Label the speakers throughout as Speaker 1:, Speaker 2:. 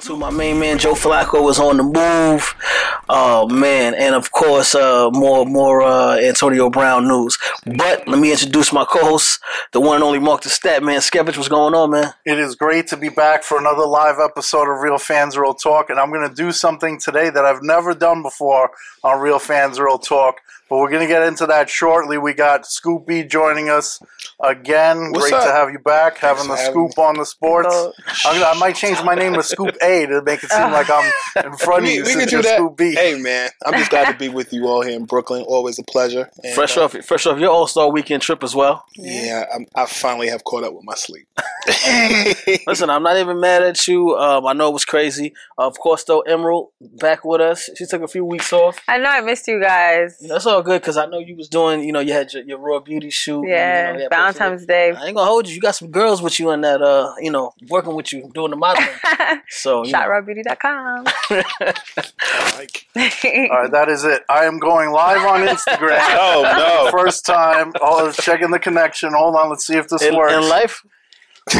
Speaker 1: To my main man Joe Flacco was on the move. Oh man, and of course uh, more more uh, Antonio Brown news. But let me introduce my co-host, the one and only Mark the Stat Man Skevich. What's going on, man?
Speaker 2: It is great to be back for another live episode of Real Fans Real Talk, and I'm going to do something today that I've never done before on Real Fans Real Talk. But we're going to get into that shortly. We got Scoopy joining us again.
Speaker 3: What's
Speaker 2: great to
Speaker 3: up?
Speaker 2: have you back, having the
Speaker 3: for having
Speaker 2: scoop on the sports. I'm gonna, I might change my name to Scoop A to make it seem like I'm in front of
Speaker 3: We,
Speaker 2: you.
Speaker 3: we
Speaker 2: since
Speaker 3: can do
Speaker 2: you're
Speaker 3: that.
Speaker 2: Scoop B.
Speaker 3: Hey man, I'm just glad to be with you all here in Brooklyn. Always a pleasure. And,
Speaker 1: Fresh
Speaker 3: uh,
Speaker 1: off fresh off your All Star Weekend trip as well.
Speaker 3: Yeah, I'm, I finally have caught up with my sleep.
Speaker 1: Listen, I'm not even mad at you. Um, I know it was crazy. Uh, of course, though, Emerald back with us. She took a few weeks off.
Speaker 4: I know I missed you guys.
Speaker 1: You know, it's all good because I know you was doing. You know, you had your, your raw beauty shoot. and,
Speaker 4: yeah,
Speaker 1: you know, that
Speaker 4: Valentine's Day.
Speaker 1: I ain't gonna hold you. You got some girls with you in that, uh, you know, working with you, doing the modeling. So, you know.
Speaker 4: ShotRawBeauty.com.
Speaker 3: Like,
Speaker 2: All right, that is it. I am going live on Instagram.
Speaker 3: oh no,
Speaker 2: First time. Oh, I was checking the connection. Hold on, let's see if this
Speaker 1: in,
Speaker 2: works.
Speaker 1: in life,
Speaker 4: he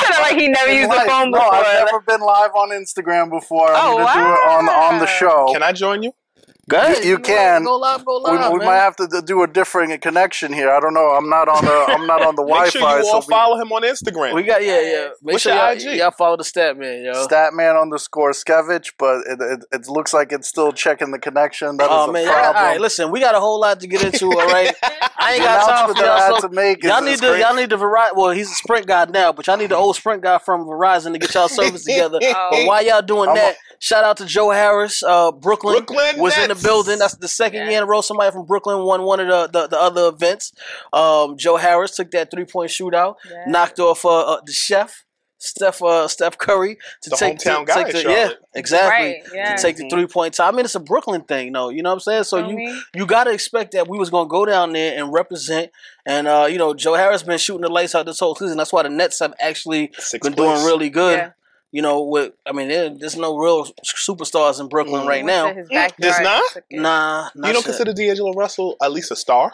Speaker 4: sounded like he never
Speaker 2: In
Speaker 4: used the
Speaker 2: life.
Speaker 4: phone
Speaker 2: no,
Speaker 4: before.
Speaker 2: I've never been live on Instagram before. I'm
Speaker 4: Oh,
Speaker 2: gonna do it on the, on the
Speaker 4: wow.
Speaker 2: show.
Speaker 3: can I join you?
Speaker 1: guys,
Speaker 2: you can.
Speaker 1: go live, go
Speaker 2: we,
Speaker 1: live.
Speaker 2: we
Speaker 1: man.
Speaker 2: might have to d- do a different connection here. I don't know. I'm not on the I'm not on the
Speaker 3: Make
Speaker 2: Wi-Fi.
Speaker 3: sure you all
Speaker 2: so we-
Speaker 3: follow him on Instagram.
Speaker 1: We got yeah, yeah. Make
Speaker 3: What's
Speaker 1: sure
Speaker 3: your
Speaker 1: y'all,
Speaker 3: IG?
Speaker 1: y'all follow the stat man, yo.
Speaker 2: Statman underscore Skevich, but it, it, it looks like it's still checking the connection. That is
Speaker 1: Oh
Speaker 2: a
Speaker 1: man, y'all, all
Speaker 2: problem.
Speaker 1: right. Listen, we got a whole lot to get into. All right, I ain't got
Speaker 2: The
Speaker 1: time for
Speaker 2: announcement that I
Speaker 1: y'all.
Speaker 2: had
Speaker 1: So
Speaker 2: to make is-
Speaker 1: y'all
Speaker 2: is
Speaker 1: need the
Speaker 2: great.
Speaker 1: y'all need the Verizon. Well, he's a Sprint guy now, but y'all need the old Sprint guy from Verizon to get y'all service together.
Speaker 3: Oh.
Speaker 1: But while y'all doing
Speaker 2: I'm a-
Speaker 1: that, shout out to Joe Harris, uh, Brooklyn.
Speaker 3: Brooklyn
Speaker 1: was in the
Speaker 3: Nets.
Speaker 1: building. That's the second year in a row. Somebody from Brooklyn won one of the the, the other events. Um, Joe Harris took that three point shootout, knocked off uh, uh, the chef. Steph, uh, Steph Curry to
Speaker 3: The
Speaker 1: take, to,
Speaker 3: hometown guy
Speaker 1: take
Speaker 3: in
Speaker 1: the, yeah,
Speaker 3: Charlotte. Mm-hmm.
Speaker 1: exactly
Speaker 4: Right, yeah.
Speaker 1: to take the three point time. I mean, it's a Brooklyn thing, though. You know what I'm saying? So
Speaker 4: Feel
Speaker 1: you
Speaker 4: me?
Speaker 1: you gotta expect that we was gonna go down there and represent. And uh, you know, Joe Harris been shooting the lights out this whole season. That's why the Nets have actually
Speaker 3: Sixth
Speaker 1: been
Speaker 3: place.
Speaker 1: doing really good.
Speaker 4: Yeah.
Speaker 1: You know, with I mean, there, there's no real superstars in Brooklyn
Speaker 3: Mm-hmm.
Speaker 1: right
Speaker 4: Went
Speaker 1: now.
Speaker 4: to his backyard
Speaker 3: Does
Speaker 4: and
Speaker 3: not?
Speaker 4: took it.
Speaker 1: Nah, not
Speaker 3: you don't
Speaker 1: sure.
Speaker 3: consider D'Angelo Russell at least a star?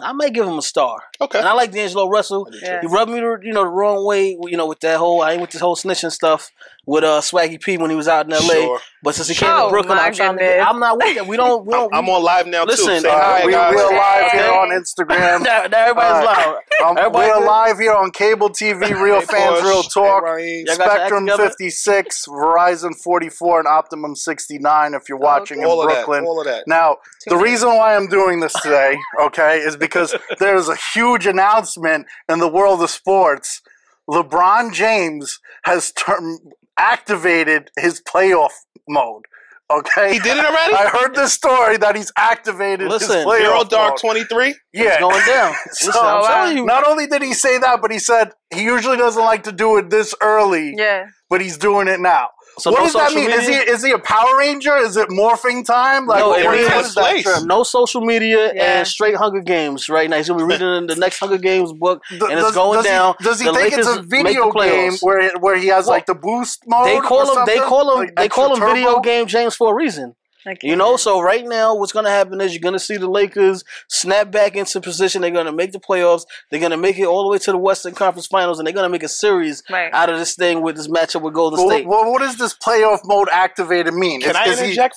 Speaker 1: I may give him a star.
Speaker 3: Okay.
Speaker 1: And I like D'Angelo Russell.
Speaker 4: Yeah.
Speaker 1: He rubbed me, the, you know, the wrong way. You know, with that whole I ain't with this whole snitching stuff with uh Swaggy P when he was out in L.A.
Speaker 3: Sure.
Speaker 1: But since he came
Speaker 4: Oh,
Speaker 1: to Brooklyn,
Speaker 4: my
Speaker 1: I'm trying to.
Speaker 4: goodness.
Speaker 1: I'm not with that. We don't. We
Speaker 3: I'm,
Speaker 1: don't.
Speaker 3: I'm on live now
Speaker 1: Listen,
Speaker 3: too. Say
Speaker 1: uh,
Speaker 3: hi,
Speaker 2: we,
Speaker 3: guys.
Speaker 2: we're live
Speaker 4: Hey.
Speaker 2: here on Instagram.
Speaker 1: Now, now everybody's
Speaker 2: All right.
Speaker 1: loud.
Speaker 2: Um,
Speaker 1: Everybody
Speaker 2: we're
Speaker 1: good?
Speaker 2: live here on cable TV, Real
Speaker 3: Hey,
Speaker 2: Fans,
Speaker 3: Porsche.
Speaker 2: Real Talk,
Speaker 3: Hey, Raheem.
Speaker 1: Y'all got your act
Speaker 2: Spectrum
Speaker 1: together?
Speaker 2: 56, Verizon 44, and Optimum 69 if you're
Speaker 1: Oh,
Speaker 2: watching
Speaker 3: All
Speaker 2: in
Speaker 3: of that.
Speaker 2: Brooklyn.
Speaker 3: All of that.
Speaker 2: Now, the reason why I'm doing this today, okay, is because there's a huge announcement in the world of sports. LeBron James has term- activated his playoff mode. Okay,
Speaker 3: He did it already?
Speaker 2: I heard this story that he's activated
Speaker 1: Listen,
Speaker 2: his playoff
Speaker 3: Euro
Speaker 2: mode.
Speaker 3: Dark 23.
Speaker 2: yeah,
Speaker 1: going down.
Speaker 2: So,
Speaker 1: Listen, I'm
Speaker 4: uh,
Speaker 1: telling you.
Speaker 2: Not only did he say that, but he said he usually doesn't like to do it this early,
Speaker 4: Yeah.
Speaker 2: but he's doing it now.
Speaker 1: So
Speaker 2: what
Speaker 1: no
Speaker 2: does that
Speaker 1: social
Speaker 2: mean? Is he
Speaker 1: media?
Speaker 2: is he a Power Ranger? Is it morphing time? Like
Speaker 1: No,
Speaker 2: what
Speaker 1: it
Speaker 2: what
Speaker 1: is
Speaker 2: is that
Speaker 3: place.
Speaker 2: trip?
Speaker 1: No social media
Speaker 4: Yeah.
Speaker 1: and straight Hunger Games right now. He's gonna be reading in the next Hunger Games book,
Speaker 2: Th-
Speaker 1: and it's going
Speaker 2: does
Speaker 1: down.
Speaker 2: He, does he
Speaker 1: The
Speaker 2: think it's a
Speaker 1: Lakers make the
Speaker 2: video game
Speaker 1: playoffs.
Speaker 2: where it, where he has like the boost mode?
Speaker 1: They
Speaker 2: or
Speaker 1: call him. They
Speaker 2: something?
Speaker 1: call him.
Speaker 2: Like
Speaker 1: They call him
Speaker 2: extra
Speaker 1: video
Speaker 2: turbo?
Speaker 1: game James for a reason.
Speaker 4: Like,
Speaker 1: You know, so right now, what's going to happen is you're going to see the Lakers snap back into position. They're going to make the playoffs. They're going to make it all the way to the Western Conference Finals, and they're going to make a series
Speaker 4: Right.
Speaker 1: out of this thing with this matchup with Golden
Speaker 2: Well,
Speaker 1: State.
Speaker 2: well, what does this playoff mode activated mean?
Speaker 3: Can I interject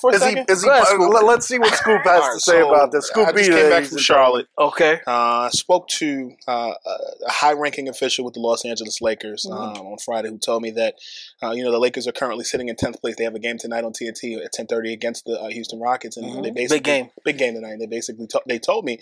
Speaker 2: he,
Speaker 3: for a
Speaker 2: is
Speaker 3: second?
Speaker 2: He, is he,
Speaker 1: Go ahead,
Speaker 2: uh,
Speaker 1: Scoop.
Speaker 2: let- let's see what Scoop has to say
Speaker 3: so
Speaker 2: about this. Scoop
Speaker 3: I
Speaker 2: B,
Speaker 3: just came back
Speaker 2: ladies
Speaker 3: from
Speaker 2: and
Speaker 3: Charlotte.
Speaker 1: okay.
Speaker 3: Uh, spoke to uh, a high-ranking official with the Los Angeles Lakers
Speaker 1: Mm-hmm.
Speaker 3: um, on Friday, who told me that uh, you know the Lakers are currently sitting in tenth place. They have a game tonight on TNT at ten thirty against the uh, Houston Rockets, and
Speaker 1: Mhm.
Speaker 3: they
Speaker 1: Big
Speaker 3: basically
Speaker 1: game.
Speaker 3: big game tonight. And they basically to- they told me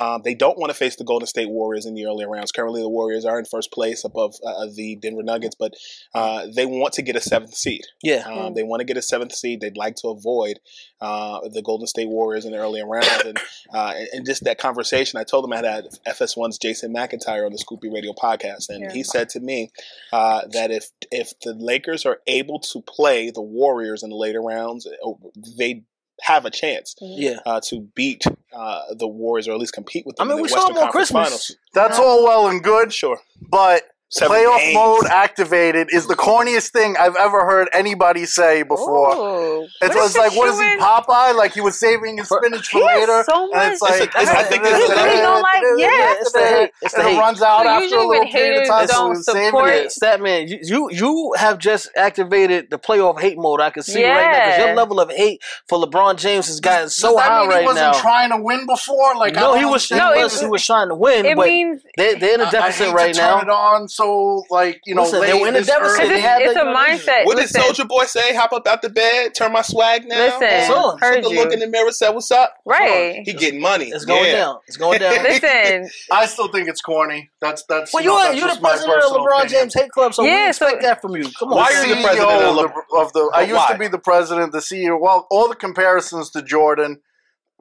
Speaker 3: um, they don't want to face the Golden State Warriors in the earlier rounds. Currently, the Warriors are in first place above uh, the Denver Nuggets, but
Speaker 1: Mm-hmm.
Speaker 3: uh, they want to get a seventh seed.
Speaker 1: Yeah.
Speaker 3: Um, they want to get a seventh seed. They'd like to avoid uh, the Golden State Warriors in the earlier rounds. And, uh, and, and just that conversation, I told him I had FS1's Jason McIntyre on the Scoopy Radio podcast. And
Speaker 4: Yeah.
Speaker 3: he said to me uh, that if if the Lakers are able to play the Warriors in the later rounds, oh, they have a chance
Speaker 1: Yeah.
Speaker 3: uh, to beat uh, the Warriors or at least compete with
Speaker 1: I
Speaker 3: them
Speaker 1: mean,
Speaker 3: in
Speaker 1: we
Speaker 3: the
Speaker 1: saw
Speaker 3: Western
Speaker 1: them on
Speaker 3: Conference
Speaker 1: Christmas.
Speaker 3: Finals.
Speaker 2: That's all well and good,
Speaker 3: Sure.
Speaker 2: but
Speaker 3: Seven
Speaker 2: playoff
Speaker 3: games.
Speaker 2: mode activated is the corniest thing I've ever heard anybody say before.
Speaker 4: Ooh.
Speaker 2: It's,
Speaker 4: What
Speaker 2: it's like, what is he,
Speaker 4: doing?
Speaker 2: Popeye? Like he was saving his spinach for
Speaker 4: He has
Speaker 2: later,
Speaker 4: so
Speaker 2: and it's
Speaker 4: much-
Speaker 2: like
Speaker 3: It's a- I think it's the
Speaker 2: and
Speaker 3: hate.
Speaker 2: it-
Speaker 4: Don't like-
Speaker 2: and it-
Speaker 4: yeah.
Speaker 2: it's the hate.
Speaker 1: It's the
Speaker 2: and it
Speaker 1: hate.
Speaker 2: runs out
Speaker 4: So
Speaker 2: after a
Speaker 4: usually when
Speaker 2: little period of
Speaker 4: haters
Speaker 2: time.
Speaker 4: don't
Speaker 2: so saving
Speaker 4: support-
Speaker 2: it.
Speaker 1: Stat man, you, you you have just activated the playoff hate mode. I can see right now 'cause
Speaker 4: Yeah.
Speaker 1: your level of hate for LeBron James has gotten
Speaker 2: Does
Speaker 1: so
Speaker 2: that
Speaker 1: high
Speaker 2: mean
Speaker 1: right
Speaker 2: he wasn't
Speaker 1: now.
Speaker 2: trying to win before? Like I
Speaker 1: no, he
Speaker 2: don't
Speaker 1: was,
Speaker 2: understand.
Speaker 4: No,
Speaker 1: he
Speaker 4: it-
Speaker 1: was he was trying to win,
Speaker 4: It
Speaker 1: but
Speaker 4: means
Speaker 1: they they're in a
Speaker 2: I- I
Speaker 1: deficit
Speaker 2: hate
Speaker 1: right
Speaker 2: to
Speaker 1: now.
Speaker 2: Turn it on, so like you know,
Speaker 1: Listen, they
Speaker 2: late
Speaker 1: were in a
Speaker 2: this
Speaker 1: deficit.
Speaker 2: early.
Speaker 4: Because
Speaker 1: They
Speaker 4: it's,
Speaker 1: had
Speaker 4: it's a
Speaker 1: their numbers.
Speaker 4: mindset.
Speaker 3: What did
Speaker 4: listen,
Speaker 3: Soldier Boy say? Hop up out the bed, turn my swag now.
Speaker 4: listen,
Speaker 1: on. Took
Speaker 4: heard
Speaker 3: Took a look in the
Speaker 4: you.
Speaker 3: mirror, said, "What's up?"
Speaker 4: Right.
Speaker 3: He getting money.
Speaker 1: It's going
Speaker 3: Yeah.
Speaker 1: down. It's going down.
Speaker 4: Listen,
Speaker 2: I still think it's corny. That's that's.
Speaker 1: Well,
Speaker 2: you
Speaker 1: you
Speaker 2: know,
Speaker 1: are
Speaker 2: that's
Speaker 1: you're the
Speaker 2: just my
Speaker 1: president of
Speaker 2: personal
Speaker 1: LeBron
Speaker 2: opinion.
Speaker 1: James hate club, so we
Speaker 4: Yeah, so-
Speaker 1: expect that from you. Come on,
Speaker 3: Why
Speaker 1: man.
Speaker 3: are you the
Speaker 2: CEO
Speaker 3: president of
Speaker 2: of the, of the I used
Speaker 3: Why?
Speaker 2: to be the president, the CEO. Well, all the comparisons to Jordan,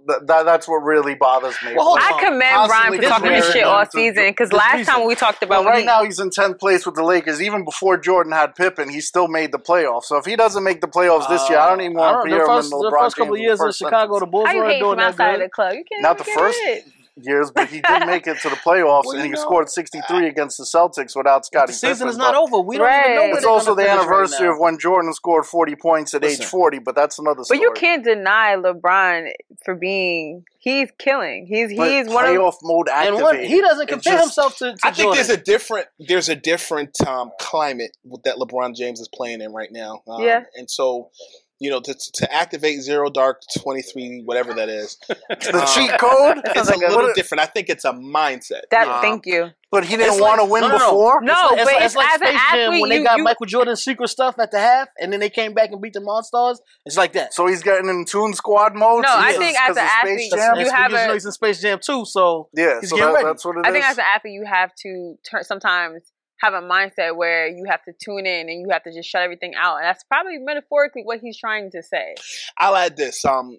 Speaker 2: th- that that's what really bothers me.
Speaker 1: Well, hold
Speaker 4: I commend
Speaker 2: Constantly
Speaker 4: Ryan for
Speaker 1: this
Speaker 4: talking this
Speaker 1: weird
Speaker 4: shit all
Speaker 2: nonsense.
Speaker 4: season because
Speaker 2: This
Speaker 4: last
Speaker 2: reason.
Speaker 4: time we talked
Speaker 2: Well,
Speaker 4: about
Speaker 2: right
Speaker 4: we-
Speaker 2: now he's in tenth place with the Lakers. Even before Jordan had Pippen, he still made the playoffs. So if he doesn't make the playoffs this year, I don't even
Speaker 1: Uh, I
Speaker 2: want
Speaker 1: don't
Speaker 2: to
Speaker 1: know,
Speaker 2: hear
Speaker 1: the
Speaker 2: him in
Speaker 1: first,
Speaker 2: the
Speaker 1: the
Speaker 2: LeBron
Speaker 1: first couple of
Speaker 2: James
Speaker 1: years in
Speaker 2: first
Speaker 1: Chicago,
Speaker 2: sentence.
Speaker 1: the Bulls
Speaker 4: how you
Speaker 1: weren't
Speaker 4: hating
Speaker 1: doing
Speaker 4: from
Speaker 1: that
Speaker 4: outside of the
Speaker 1: good.
Speaker 4: club. You can't
Speaker 2: Not the
Speaker 4: get
Speaker 2: first
Speaker 4: it.
Speaker 2: years, but he did make it to the playoffs,
Speaker 3: Well,
Speaker 2: and he
Speaker 3: you know,
Speaker 2: scored sixty three against the Celtics without Scotty.
Speaker 1: The season
Speaker 2: Pippen,
Speaker 1: is not
Speaker 2: but
Speaker 1: over. We don't
Speaker 4: Right.
Speaker 1: even know. where
Speaker 2: It's
Speaker 1: they're
Speaker 2: also
Speaker 1: gonna
Speaker 2: the
Speaker 1: finish
Speaker 2: anniversary
Speaker 1: right
Speaker 2: of when Jordan scored forty points at
Speaker 1: Listen.
Speaker 2: age forty, but that's another
Speaker 4: But
Speaker 2: story.
Speaker 4: you can't deny Lebron for being he's killing. He's
Speaker 2: But
Speaker 4: he's one of
Speaker 2: playoff mode
Speaker 1: now.
Speaker 2: activated.
Speaker 1: and what, he doesn't
Speaker 2: It
Speaker 1: compare
Speaker 2: just-
Speaker 1: himself to. to
Speaker 3: I think
Speaker 1: Jordan.
Speaker 3: there's a different there's a different um, climate with that LeBron James is playing in right now. Um,
Speaker 4: Yeah.
Speaker 3: and so you know to, to activate zero dark twenty three whatever that is,
Speaker 2: The
Speaker 3: Um,
Speaker 2: cheat code.
Speaker 3: it's a
Speaker 4: like a-
Speaker 3: little different. I think it's a mindset.
Speaker 4: that.
Speaker 3: Um,
Speaker 4: thank you.
Speaker 2: But he
Speaker 1: It's
Speaker 2: didn't
Speaker 1: like-
Speaker 2: want to win
Speaker 1: no, no, no.
Speaker 2: before.
Speaker 4: No,
Speaker 1: It's like-
Speaker 4: but
Speaker 1: it's,
Speaker 4: it's,
Speaker 1: like
Speaker 4: as an
Speaker 1: Space Jam
Speaker 4: athlete,
Speaker 1: when they
Speaker 4: you,
Speaker 1: got
Speaker 4: you
Speaker 1: Michael Jordan's secret stuff at the half, and then they came back and beat the Monstars. It's like that.
Speaker 2: So he's getting in tune squad mode.
Speaker 4: No, I
Speaker 2: Jesus,
Speaker 4: think as
Speaker 2: 'cause
Speaker 4: an
Speaker 2: of Space
Speaker 4: athlete,
Speaker 2: Jam?
Speaker 4: you
Speaker 1: It's
Speaker 4: have
Speaker 1: because
Speaker 4: a-
Speaker 1: know he's in Space Jam too, so
Speaker 2: yeah.
Speaker 1: he's
Speaker 2: So
Speaker 1: getting
Speaker 2: that,
Speaker 1: ready.
Speaker 2: that's what it is.
Speaker 4: I think as an athlete, you have to turn sometimes have a mindset where you have to tune in and you have to just shut everything out. And that's probably metaphorically what he's trying to say.
Speaker 3: I'll add this. Um,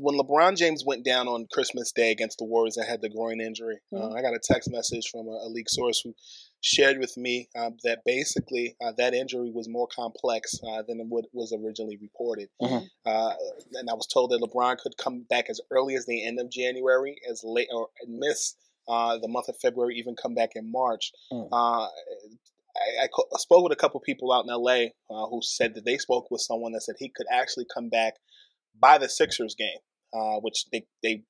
Speaker 3: when LeBron James went down on Christmas Day against the Warriors and had the groin injury,
Speaker 4: Mm-hmm.
Speaker 3: uh, I got a text message from a, a league source who shared with me um, that basically uh, that injury was more complex uh, than what was originally reported.
Speaker 1: Mhm.
Speaker 3: Uh, and I was told that LeBron could come back as early as the end of January, as late or miss uh, the month of February, even come back in March.
Speaker 1: Mm.
Speaker 3: Uh, I, I co- I spoke with a couple people out in LA uh, who said that they spoke with someone that said he could actually come back by the Sixers game, uh, which they, they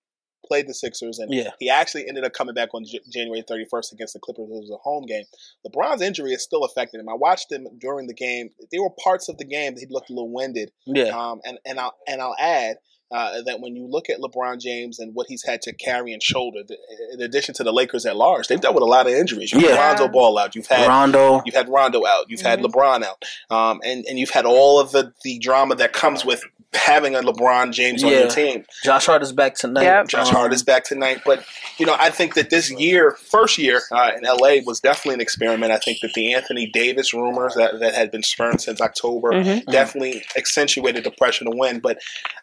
Speaker 3: played the Sixers, and
Speaker 1: Yeah.
Speaker 3: he actually ended up coming back on J- January 31st against the Clippers. It was a home game. LeBron's injury is still affecting him. I watched him during the game. There were parts of the game that he looked a little winded.
Speaker 1: Yeah,
Speaker 3: Um, and and I'll and I'll add uh, that when you look at LeBron James and what he's had to carry and shoulder, th- in addition to the Lakers at large, they've dealt with a lot of injuries. You've
Speaker 1: Yeah. Mm-hmm.
Speaker 3: had Lonzo Ball out. You've had
Speaker 1: Rondo.
Speaker 3: You've had Rondo out. You've had
Speaker 4: Mhm.
Speaker 3: LeBron out. Um, and, and you've had all of the, the drama that comes with having a LeBron James on
Speaker 1: Yeah.
Speaker 3: your team.
Speaker 1: Josh Hart is back tonight.
Speaker 4: Yep.
Speaker 3: Josh
Speaker 1: Um,
Speaker 3: Hart is back tonight. But, you know, I think that this year, first year uh, in LA, was definitely an experiment. I think that the Anthony Davis rumors that, that had been spurned since October definitely accentuated the pressure to win. But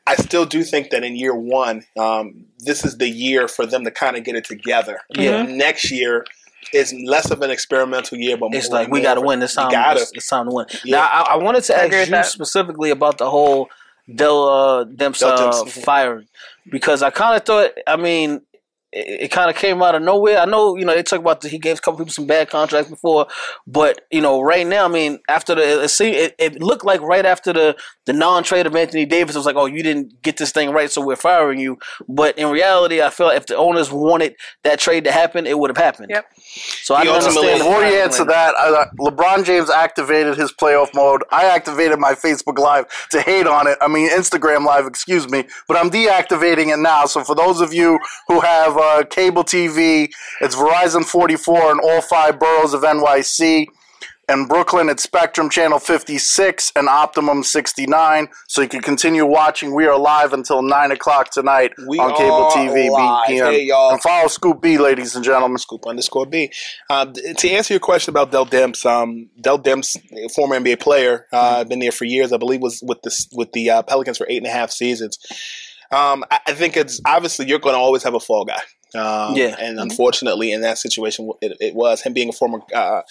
Speaker 3: I still do think that in year one, um, this is the year for them to kind of get it together.
Speaker 1: Yeah.
Speaker 3: Next year, it's less of an experimental year, but
Speaker 5: It's
Speaker 3: more
Speaker 5: like we
Speaker 3: more
Speaker 5: got to
Speaker 3: of a-
Speaker 5: win this
Speaker 3: we
Speaker 5: time.
Speaker 3: Oh, gotta.
Speaker 5: It's, it's time to win.
Speaker 3: Yeah.
Speaker 5: Now, I, I wanted to
Speaker 4: I agree
Speaker 5: ask
Speaker 4: with
Speaker 5: you
Speaker 4: that.
Speaker 5: specifically about the whole Del uh, Demps
Speaker 3: Del
Speaker 5: uh,
Speaker 3: Demps, mhm.
Speaker 5: firing because I kind of thought. I mean, it, it kind of came out of nowhere. I know you know they talk about the, he gave a couple people some bad contracts before, but you know right now, I mean, after the it, seemed, it, it looked like right after the the non trade of Anthony Davis, it was like, oh, you didn't get this thing right, so we're firing you. But in reality, I feel like if the owners wanted that trade to happen, it would have happened.
Speaker 4: Yep.
Speaker 5: So I
Speaker 3: He
Speaker 5: don't
Speaker 3: ultimately-
Speaker 5: understand. the
Speaker 2: Before you
Speaker 5: firing
Speaker 2: answer
Speaker 5: right now.
Speaker 2: that, I, LeBron James activated his playoff mode. I activated my Facebook Live to hate on it. I mean, Instagram Live, excuse me. But I'm deactivating it now. So for those of you who have uh, cable TV, it's Verizon 44 in all five boroughs of NYC. In Brooklyn, it's Spectrum Channel 56 and Optimum 69. So you can continue watching. We are live until 9 o'clock tonight
Speaker 3: We
Speaker 2: on cable
Speaker 3: are
Speaker 2: TV.
Speaker 3: live.
Speaker 2: BPM.
Speaker 3: Hey, y'all.
Speaker 2: And Um, follow Scoop B, ladies and gentlemen.
Speaker 3: Scoop underscore B. Um, th- to answer your question about Del Demps, um, Del Demps, a former NBA player, uh, been there for years, I believe, was with the with the uh, Pelicans for eight and a half seasons. Um, I, I think it's obviously you're going to always have a fall guy. Um,
Speaker 5: Yeah.
Speaker 3: and unfortunately, in that situation, it, it was him being a former uh,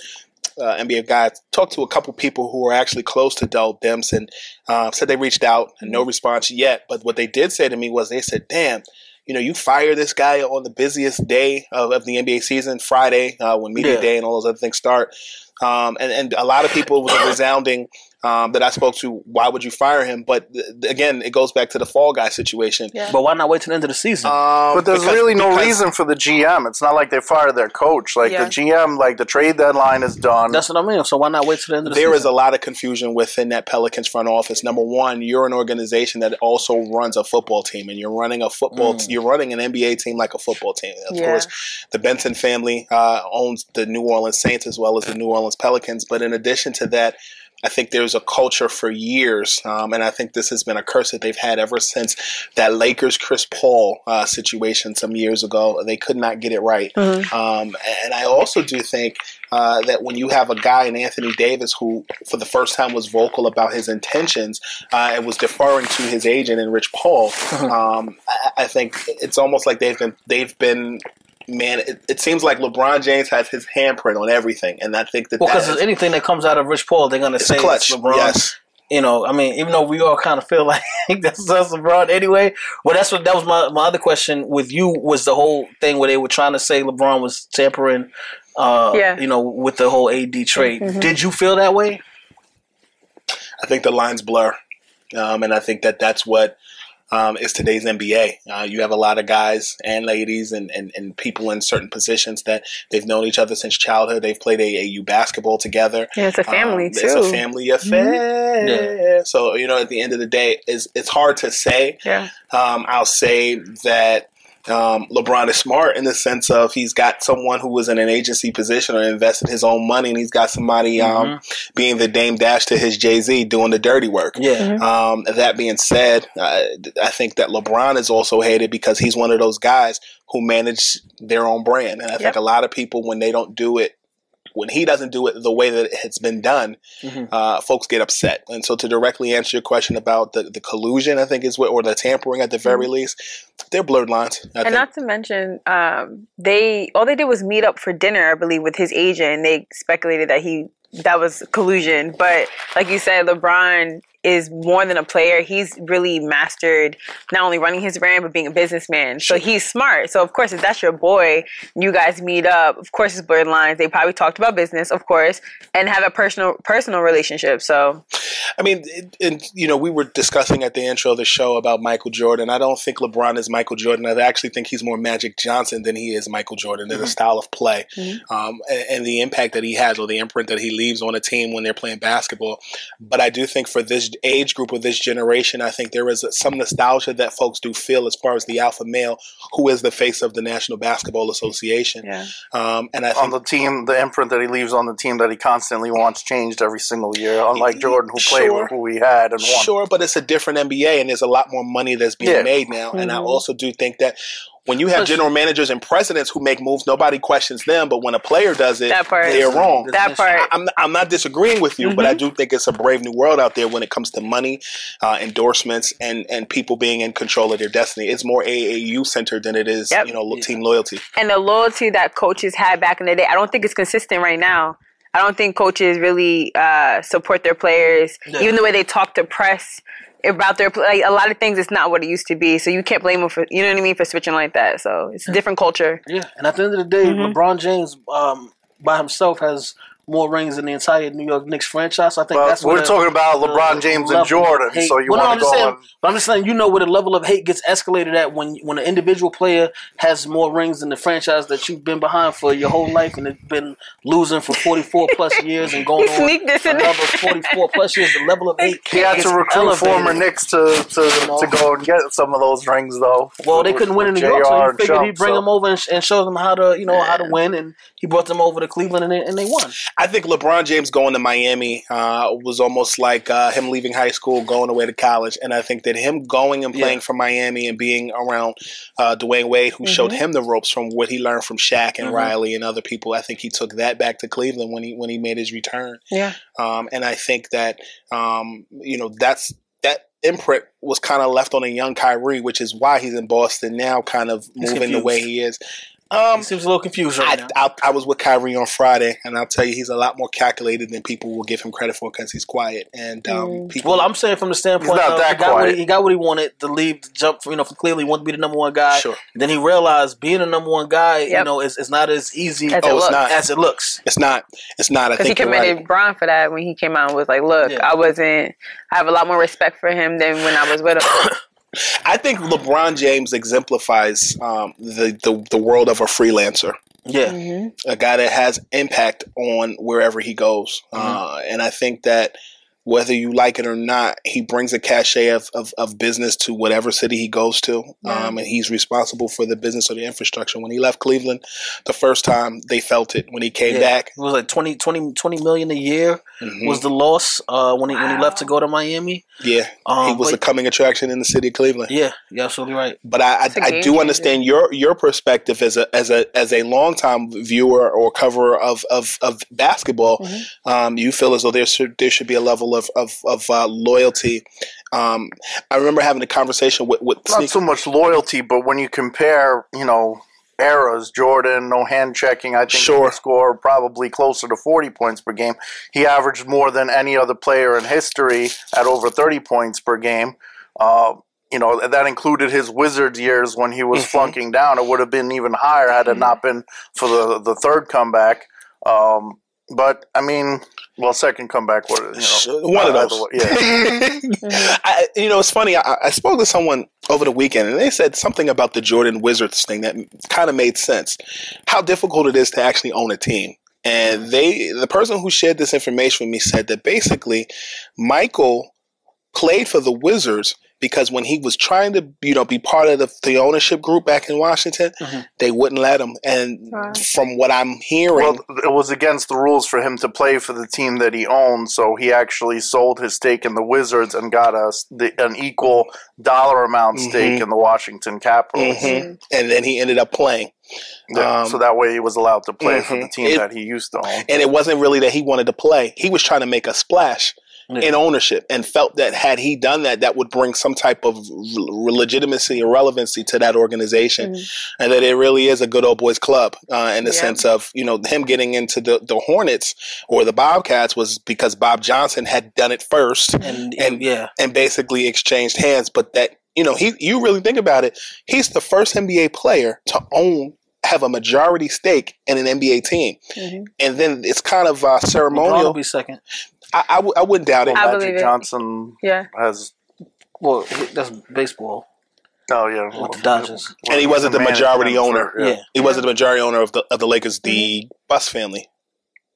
Speaker 3: uh, NBA guy. Talked to a couple people who were actually close to Del Demps and uh, said they reached out and no response yet. But what they did say to me was they said, "Damn, you know, you fire this guy on the busiest day of, of the NBA season, Friday, uh, when media
Speaker 5: Yeah.
Speaker 3: day and all those other things start." Um, and, and a lot of people was a resounding um, that I spoke to. Why would you fire him? But th- again, it goes back to the fall guy situation.
Speaker 4: Yeah.
Speaker 5: But why not wait till the end of the season?
Speaker 3: Um,
Speaker 2: But there's
Speaker 3: because-
Speaker 2: really no
Speaker 3: because-
Speaker 2: reason for the GM. It's not like they fired their coach. Like
Speaker 4: Yeah.
Speaker 2: the GM, like the trade deadline is done.
Speaker 5: That's what I mean. So why not wait till the end of the
Speaker 3: There is
Speaker 5: season?
Speaker 3: a lot of confusion within that Pelicans front office. Number one, you're an organization that also runs a football team, and you're running a football.
Speaker 5: Mm.
Speaker 3: You're running an NBA team like a football team. Of
Speaker 4: Yeah.
Speaker 3: course, the Benson family uh, owns the New Orleans Saints as well as the New Orleans Pelicans. But in addition to that, I think there's a culture for years, um, and I think this has been a curse that they've had ever since that Lakers Chris Paul uh, situation some years ago. They could not get it right, um, and I also do think uh, that when you have a guy in Anthony Davis who, for the first time, was vocal about his intentions uh, and was deferring to his agent and Rich Paul, um, I, I think it's almost like they've been they've been. Man, it, it seems like LeBron James has his handprint on everything, and I think that
Speaker 5: Well,
Speaker 3: that
Speaker 5: because
Speaker 3: is-
Speaker 5: anything that comes out of Rich Paul, they're gonna
Speaker 3: it's
Speaker 5: say
Speaker 3: clutch.
Speaker 5: It's LeBron.
Speaker 3: Yes,
Speaker 5: You know, I mean, even though we all kind of feel like that's, that's LeBron anyway. Well, that's what that was my, my other question with you was the whole thing where they were trying to say LeBron was tampering. Uh,
Speaker 4: Yeah. Mm-hmm.
Speaker 5: You know, with the whole AD trade, did you feel that way?
Speaker 3: I think the lines blur, um, and I think that that's what um, is today's NBA. Uh, you have a lot of guys and ladies and, and, and people in certain positions that they've known each other since childhood. They've played AAU basketball together.
Speaker 4: Yeah, it's a family,
Speaker 3: Um, It's a
Speaker 4: too. Mm-hmm.
Speaker 3: family affair. So you know, at the end of the day, it's, it's hard to say.
Speaker 4: Yeah.
Speaker 3: Um, I'll say that um, LeBron is smart in the sense of he's got someone who was in an agency position or invested his own money, and he's got somebody um, being the Dame Dash to his Jay Z doing the dirty work.
Speaker 4: Mm-hmm.
Speaker 5: Yeah.
Speaker 3: Um, that being said, uh, I think that LeBron is also hated because he's one of those guys who manage their own brand, and I think
Speaker 4: Yep.
Speaker 3: a lot of people when they don't do it. When he doesn't do it the way that it's been done,
Speaker 5: Mm-hmm.
Speaker 3: uh, folks get upset. And so, to directly answer your question about the, the collusion, I think is what, or the tampering at the very least, they're blurred lines. I
Speaker 4: and
Speaker 3: think.
Speaker 4: not to mention, um, they all they did was meet up for dinner, I believe, with his agent. And they speculated that he that was collusion, but like you said, LeBron is more than a player. He's really mastered not only running his brand but being a businessman. So he's smart. So of course, if that's your boy, you guys meet up. Of course, it's blurred lines. They probably talked about business, of course, and have a personal personal relationship. So
Speaker 3: I mean, it- and you know, we were discussing at the intro of the show about Michael Jordan. I don't think LeBron is Michael Jordan. I actually think he's more Magic Johnson than he is Michael Jordan. There's a style of play um, and, and the impact that he has, or the imprint that he leaves on a team when they're playing basketball. But I do think for this age group of this generation, I think there is some nostalgia that folks do feel as far as the alpha male who is the face of the National Basketball Association.
Speaker 4: yeah,
Speaker 3: Um, and I think
Speaker 2: on the team, the imprint that he leaves on the team that he constantly wants changed every single year. Unlike Jordan, who played
Speaker 3: Sure.
Speaker 2: with who he had and won.
Speaker 3: Sure, but it's a different NBA, and there's a lot more money that's being
Speaker 2: Yeah.
Speaker 3: made now. And I also do think that When you have
Speaker 5: So-
Speaker 3: general managers and presidents who make moves, nobody questions them. But when a player does it,
Speaker 4: That part. Mm-hmm.
Speaker 3: they're wrong.
Speaker 4: That part.
Speaker 3: I'm, I'm not disagreeing with you, but I do think it's a brave new world out there when it comes to money, uh, endorsements, and and people being in control of their destiny. It's more AAU centered than it is,
Speaker 4: Yep.
Speaker 3: you know, lo- team loyalty.
Speaker 4: and the loyalty that coaches had back in the day. I don't think it's consistent right now. I don't think coaches really uh, support their players, even the way they talk to press about their pl- like a lot of things. It's not what it used to be, so you can't blame them for you know what I mean for switching like that. So
Speaker 1: Hmm.
Speaker 4: it's a different culture.
Speaker 1: Yeah, and at the end of the day,
Speaker 4: Mm-hmm.
Speaker 1: LeBron James um, by himself has more rings than the entire New York Knicks franchise. I think
Speaker 2: But
Speaker 1: that's
Speaker 2: we're
Speaker 1: where the-
Speaker 2: talking about LeBron
Speaker 1: the
Speaker 2: James and
Speaker 1: level of
Speaker 2: Jordan,
Speaker 1: hate-
Speaker 2: so you
Speaker 1: well, no,
Speaker 2: wanna
Speaker 1: I'm just
Speaker 2: go
Speaker 1: saying,
Speaker 2: on-
Speaker 1: But I'm just saying, you know where the level of hate gets escalated at when when an individual player has more rings than the franchise that you've been behind for your whole life and it's been losing for 44 plus years and going
Speaker 4: He
Speaker 1: on
Speaker 4: sneaked this in
Speaker 1: another
Speaker 4: there.
Speaker 1: 44 plus years. The level of hate
Speaker 2: He had
Speaker 1: gets
Speaker 2: to recruit
Speaker 1: elevated.
Speaker 2: former Knicks to, to, to go and get some of those rings, though.
Speaker 1: Well, they couldn't win in New York,
Speaker 2: JR
Speaker 1: so he
Speaker 2: and
Speaker 1: figured
Speaker 2: Shump,
Speaker 1: he'd bring
Speaker 2: so-
Speaker 1: them over and, sh- and show them how to, you know, how to win. And he brought them over to Cleveland, and they, and they won.
Speaker 3: I think LeBron James going to Miami uh, was almost like uh, him leaving high school, going away to college, and I think that him going and playing for Miami and being around uh, Dwayne Wade, who showed him the ropes from what he learned from Shaq and Riley and other people, I think he took that back to Cleveland when he when he made his return.
Speaker 4: Yeah.
Speaker 3: Um, and I think that um, you know that's that imprint was kind of left on a young Kyrie, which is why he's in Boston now, kind of moving the
Speaker 1: confused.
Speaker 3: way he is. Um,
Speaker 1: He seems a little confused right
Speaker 3: I,
Speaker 1: now.
Speaker 3: I, I was with Kyrie on Friday, and I'll tell you, he's a lot more calculated than people will give him credit for because he's quiet. And um, people,
Speaker 1: well, I'm saying from the standpoint
Speaker 2: He's not
Speaker 1: of
Speaker 2: that
Speaker 1: he got, what
Speaker 2: quiet.
Speaker 1: he, he got what he wanted to leave, to jump, you know, from clearly he wanted to be the number one guy.
Speaker 3: Sure.
Speaker 1: Then he realized being the number one guy, you
Speaker 4: Yep.
Speaker 1: know, is, is not as easy
Speaker 4: As it
Speaker 3: Oh, it's
Speaker 4: looks.
Speaker 3: not.
Speaker 1: as it looks.
Speaker 3: it's not. It's not. I
Speaker 4: Because he
Speaker 3: think you're
Speaker 4: commended
Speaker 3: right.
Speaker 4: Bron for that when he came out and was like, "Look,
Speaker 1: Yeah.
Speaker 4: I wasn't. I have a lot more respect for him than when I was with him."
Speaker 3: I think LeBron James exemplifies um, the, the the world of a freelancer.
Speaker 1: Yeah,
Speaker 4: Mm-hmm.
Speaker 3: a guy that has impact on wherever he goes.
Speaker 1: Mm-hmm.
Speaker 3: Uh, and I think that whether you like it or not, he brings a cachet of, of, of business to whatever city he goes to. Um, and he's responsible for the business or the infrastructure. When he left Cleveland the first time, they felt it. When he came
Speaker 1: yeah. Mm-hmm.
Speaker 3: back, Mm-hmm.
Speaker 1: It was like 20, 20, 20 million a year was the loss uh, when he when he left to go to Miami.
Speaker 3: yeah, he
Speaker 1: Um,
Speaker 3: was
Speaker 1: but-
Speaker 3: a coming attraction in the city of Cleveland.
Speaker 1: Yeah, you're absolutely right.
Speaker 3: But I, I,
Speaker 4: a
Speaker 3: I
Speaker 4: game
Speaker 3: do
Speaker 4: changer.
Speaker 3: understand your your perspective as a as a as a longtime viewer or coverer of of, of basketball.
Speaker 4: Mm-hmm.
Speaker 3: Um, you feel as though there should there should be a level of of, of uh, loyalty. Um, I remember having a conversation with with
Speaker 2: not
Speaker 3: Sneak-
Speaker 2: so much loyalty, but when you compare, you know, eras, Jordan, no hand checking, I think he
Speaker 3: Sure.
Speaker 2: would score probably closer to 40 points per game. He averaged more than any other player in history at over 30 points per game. Uh, you know, that included his Wizards years when he
Speaker 3: Mm-hmm.
Speaker 2: was flunking down. It would have been even higher had it not been for the, the third comeback. Um, but, I mean, well, second comeback, what, you know, uh,
Speaker 3: One of
Speaker 2: either
Speaker 3: those.
Speaker 2: way, yeah.
Speaker 3: I, you know, it's funny. I, I spoke to someone over the weekend, and they said something about the Jordan Wizards thing that kind of made sense. How difficult it is to actually own a team. And they, the person who shared this information with me, said that basically, Michael played for the Wizards because when he was trying to, you know, be part of the, the ownership group back in Washington, they wouldn't let him. And from what I'm hearing,
Speaker 2: Well, it was against the rules for him to play for the team that he owned, so he actually sold his stake in the Wizards and got a, s- the, an equal dollar amount
Speaker 3: Mm-hmm.
Speaker 2: stake in the Washington Capitals.
Speaker 1: Mm-hmm.
Speaker 3: Mhm. and then he ended up playing.
Speaker 2: Yeah,
Speaker 3: Um,
Speaker 2: so that way he was allowed to play for the
Speaker 3: mhm.
Speaker 2: team
Speaker 3: It-
Speaker 2: that he used to own.
Speaker 3: and it wasn't really that he wanted to play. He was trying to make a splash in ownership and felt that had he done that, that would bring some type of re- legitimacy or relevancy to that organization, and that it really is a good old boys club uh, in the
Speaker 4: Yeah.
Speaker 3: sense of you know him getting into the, the Hornets or the Bobcats was because Bob Johnson had done it first
Speaker 1: And,
Speaker 3: And-
Speaker 1: and yeah,
Speaker 3: and basically exchanged hands. But that you know, he you really think about it, he's the first NBA player to own have a majority stake in an NBA team, and then it's kind of uh,
Speaker 1: LeBron will
Speaker 3: ceremonial.
Speaker 1: be second.
Speaker 3: I I, w- I wouldn't doubt it.
Speaker 4: I
Speaker 2: Magic
Speaker 4: believe it.
Speaker 2: Johnson
Speaker 4: yeah.
Speaker 2: has.
Speaker 1: Well, he- that's baseball
Speaker 2: Oh yeah,
Speaker 1: with the Dodgers.
Speaker 3: And he wasn't the
Speaker 2: Man,
Speaker 3: majority
Speaker 2: yeah,
Speaker 3: owner.
Speaker 1: Yeah,
Speaker 3: He wasn't the majority owner of the of the Lakers, the Bus family.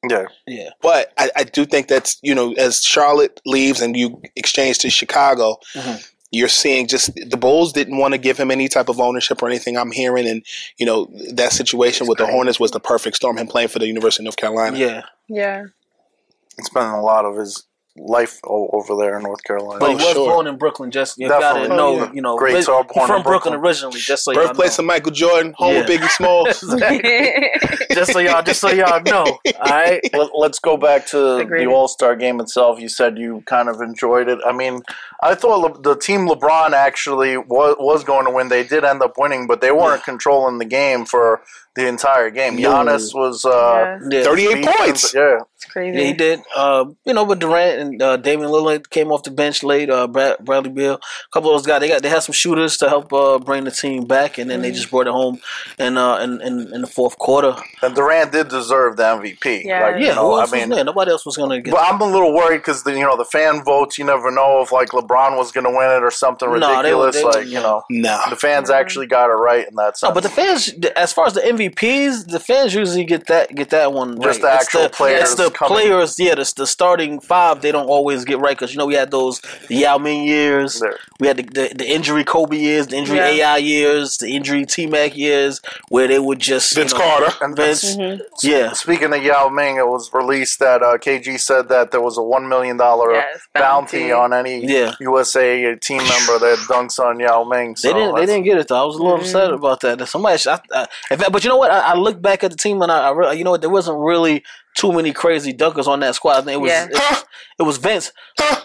Speaker 2: yeah.
Speaker 1: yeah.
Speaker 3: But I, I do think that's you know, as Charlotte leaves and you exchange to Chicago,
Speaker 1: Mhm.
Speaker 3: you're seeing just the Bulls didn't want to give him any type of ownership or anything. I'm hearing, and you know that situation with the Hornets was the perfect storm. Him playing for the University of North Carolina.
Speaker 1: Yeah,
Speaker 4: Yeah.
Speaker 2: It's been a lot of his life o- over there in North Carolina.
Speaker 1: But he was
Speaker 3: oh, sure.
Speaker 1: born in Brooklyn. Just you
Speaker 2: Definitely.
Speaker 1: gotta know,
Speaker 3: Oh, yeah.
Speaker 1: you know,
Speaker 2: Greats are
Speaker 1: he's
Speaker 2: born
Speaker 1: from
Speaker 2: in
Speaker 1: Brooklyn.
Speaker 2: Brooklyn.
Speaker 1: originally. Just so
Speaker 3: Birthplace of
Speaker 1: y'all
Speaker 3: Michael Jordan, home of
Speaker 1: Yeah.
Speaker 3: Biggie Smalls.
Speaker 1: know. just so y'all, just so y'all know.
Speaker 2: All right, let, let's go back to
Speaker 4: The
Speaker 2: the
Speaker 4: greatest.
Speaker 2: All Star game itself. You said you kind of enjoyed it. I mean, I thought Le- the team LeBron actually was, was going to win. They did end up winning, but they weren't controlling the game for the entire game.
Speaker 1: No.
Speaker 2: Giannis was uh,
Speaker 4: Yeah.
Speaker 1: Yeah.
Speaker 3: 38 points.
Speaker 2: Yeah,
Speaker 4: It's crazy.
Speaker 1: Yeah, he did. Uh, you know, with Durant and uh, Damian Lillard came off the bench late. Uh, Brad, Bradley Beal, a couple of those guys. They got they had some shooters to help uh, bring the team back, and then they just brought it home. And uh, in, in in the fourth quarter,
Speaker 2: and Durant did deserve the MVP.
Speaker 4: Yeah.
Speaker 2: like,
Speaker 1: yeah,
Speaker 2: you know,
Speaker 1: who
Speaker 2: I
Speaker 1: else
Speaker 2: mean,
Speaker 1: was there? Nobody else was gonna get.
Speaker 2: But I'm a little worried because the you know the fan votes. You never know if like LeBron was going to win it or something
Speaker 1: No, they-
Speaker 2: ridiculous.
Speaker 1: they-
Speaker 2: like you know,
Speaker 3: No.
Speaker 2: the fans actually got it right in that sense.
Speaker 1: no, but the fans, as far as the MVPs, the fans usually get that get that one
Speaker 2: Just
Speaker 1: right.
Speaker 2: the
Speaker 1: It's
Speaker 2: actual players
Speaker 1: It's the
Speaker 2: coming.
Speaker 1: players, yeah. The, the starting five, they don't always get right because you know we had those the Yao Ming years,
Speaker 2: There.
Speaker 1: we had the, the, the injury Kobe years, the injury
Speaker 4: Yeah.
Speaker 1: AI years, the injury T Mac years, where they would just you
Speaker 3: Vince
Speaker 1: know,
Speaker 3: Carter.
Speaker 2: And-
Speaker 1: Vince, yeah,
Speaker 2: Speaking of Yao Ming, it was released that uh, KG said that there was a one million dollar
Speaker 4: Yes,
Speaker 2: bounty.
Speaker 4: bounty.
Speaker 2: on any
Speaker 1: Yeah.
Speaker 2: USA team member that dunks on Yao Ming. So
Speaker 1: they didn't. They
Speaker 2: that's-
Speaker 1: didn't get it though. I was a little upset
Speaker 4: Mm-hmm.
Speaker 1: about that. That Somebody, should- I, I, in fact, but you know what? I, I look back at the team and I, I real- you know what? There wasn't really too many crazy dunkers on that squad. I think it was
Speaker 4: Yeah.
Speaker 1: it, it was Vince.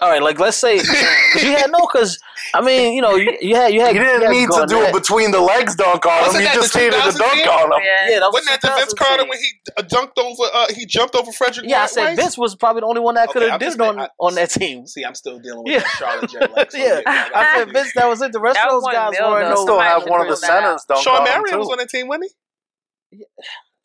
Speaker 1: All right, like let's say 'cause you had no, because I mean, you know, you, you had you had
Speaker 2: You
Speaker 1: you
Speaker 2: didn't
Speaker 1: had
Speaker 2: need to
Speaker 1: Garnett.
Speaker 2: do a between the legs dunk on him.
Speaker 3: Wasn't
Speaker 2: You
Speaker 3: that
Speaker 2: just
Speaker 3: the
Speaker 2: needed a dunk
Speaker 3: 2000
Speaker 2: on him.
Speaker 4: Yeah.
Speaker 1: Yeah, that was
Speaker 3: Wasn't that the Vince
Speaker 1: 2010.
Speaker 3: Carter when he uh, dunked over? Uh, he jumped over Frederick.
Speaker 1: Yeah, I said
Speaker 3: White?
Speaker 1: Vince was probably the only one that
Speaker 3: Okay,
Speaker 1: could have
Speaker 3: I'm just
Speaker 1: did on
Speaker 3: saying, I-
Speaker 1: on that team.
Speaker 3: See, I'm still dealing with
Speaker 1: Yeah.
Speaker 3: that Charlotte Jet lag. so
Speaker 1: yeah, I said Vince. That was it. The rest
Speaker 4: That
Speaker 1: of
Speaker 4: was
Speaker 1: those
Speaker 4: one
Speaker 1: guys
Speaker 4: mil,
Speaker 1: weren't
Speaker 4: though.
Speaker 1: no.
Speaker 2: Still
Speaker 4: Somebody
Speaker 2: have
Speaker 4: should
Speaker 2: one of the
Speaker 4: pull that
Speaker 2: centers dunk
Speaker 3: Sean
Speaker 2: on him
Speaker 3: Marion was
Speaker 2: too.
Speaker 3: on that team, wasn't he?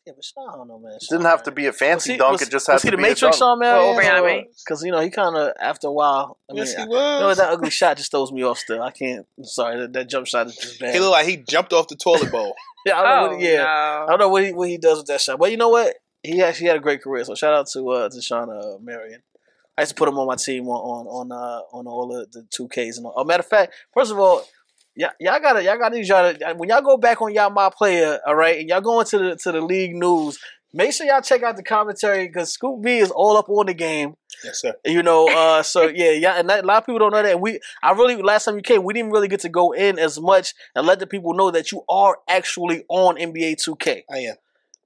Speaker 1: Yeah, but Sean, I don't know, man.
Speaker 2: Didn't have to be a fancy dunk. it just had
Speaker 1: was
Speaker 2: to
Speaker 1: he the
Speaker 2: be
Speaker 1: Matrix
Speaker 2: a dunk.
Speaker 1: on Marion?
Speaker 4: Well, Brianna.
Speaker 1: Because you know he kind of after a while. I mean,
Speaker 3: yes,
Speaker 1: I-
Speaker 3: he
Speaker 1: you know
Speaker 3: was.
Speaker 1: that ugly shot just throws me off. Still, I can't. I'm sorry, that, that jump shot is just bad.
Speaker 3: he looked like he jumped off the toilet bowl.
Speaker 1: yeah, I don't know
Speaker 4: Oh,
Speaker 1: what, yeah, I
Speaker 4: no.
Speaker 1: don't know what he, what he does with that shot. But you know what? He actually had a great career. So shout out to uh, to Sean uh, Marion. I used to put him on my team on on on, uh, on all the- the two Ks and all. Oh, matter of fact, first of all. Yeah, y'all gotta, y'all gotta use y'all. to- When y'all go back on y'all my player, all right, and y'all go into the to the league news, make sure y'all check out the commentary because Scoop B is all up on the game.
Speaker 3: yes, sir.
Speaker 1: You know, uh, so yeah, yeah, and that, a lot of people don't know that. And we, I really, last time you came, we didn't really get to go in as much and let the people know that you are actually on NBA 2K.
Speaker 3: I am.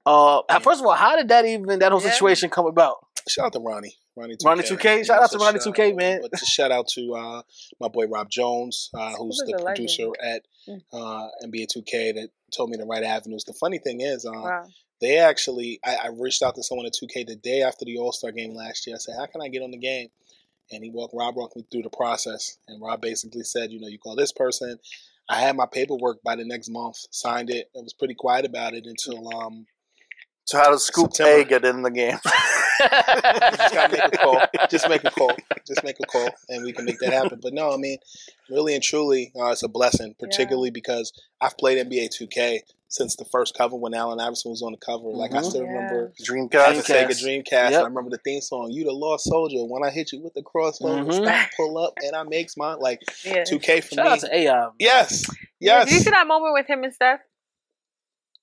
Speaker 1: Uh, first of all, how did that even that whole
Speaker 4: Yeah.
Speaker 1: situation come about?
Speaker 3: Shout out to Ronnie. Ronnie 2K.
Speaker 1: Ronnie 2K? Shout
Speaker 3: Yeah,
Speaker 1: out
Speaker 3: so
Speaker 1: to Ronnie
Speaker 3: shout
Speaker 1: 2K,
Speaker 3: out-
Speaker 1: man.
Speaker 3: But just shout out to uh, my boy Rob Jones, uh, who's
Speaker 4: Who's
Speaker 3: the
Speaker 4: a legend.
Speaker 3: producer at
Speaker 4: Mm.
Speaker 3: uh, NBA 2K that told me the right avenues. The funny thing is, uh,
Speaker 4: Wow.
Speaker 3: they actually, I, I reached out to someone at 2K the day after the All Star game last year. I said, How can I get on the game? And he walked, Rob walked me through the process. And Rob basically said, You know, you call this person. I had my paperwork by the next month, signed it, and was pretty quiet about it until um,
Speaker 2: So how does Scoop
Speaker 3: September.
Speaker 2: A get in the game?
Speaker 3: just gotta make a call. Just make a call. Just make a call, and we can make that happen. But no, I mean, really and truly, uh, it's a blessing, particularly because I've played NBA 2K since the first cover when Allen Iverson was on the cover. Like I
Speaker 1: Mhm.
Speaker 3: still
Speaker 4: Yeah.
Speaker 3: remember the
Speaker 2: Dreamcast.
Speaker 1: Dreamcast.
Speaker 3: Sega Dreamcast. and
Speaker 1: Yep.
Speaker 3: I remember the theme song, "You the Lost Soldier." When I hit you with the crossbow,
Speaker 1: Mhm.
Speaker 3: stop, pull up, and I makes my like
Speaker 4: Yeah.
Speaker 3: 2K for
Speaker 1: Shout out
Speaker 3: me.
Speaker 1: to AI. man.
Speaker 3: yes,
Speaker 4: Yeah, Did you
Speaker 3: yes.
Speaker 4: see that moment with him and Steph?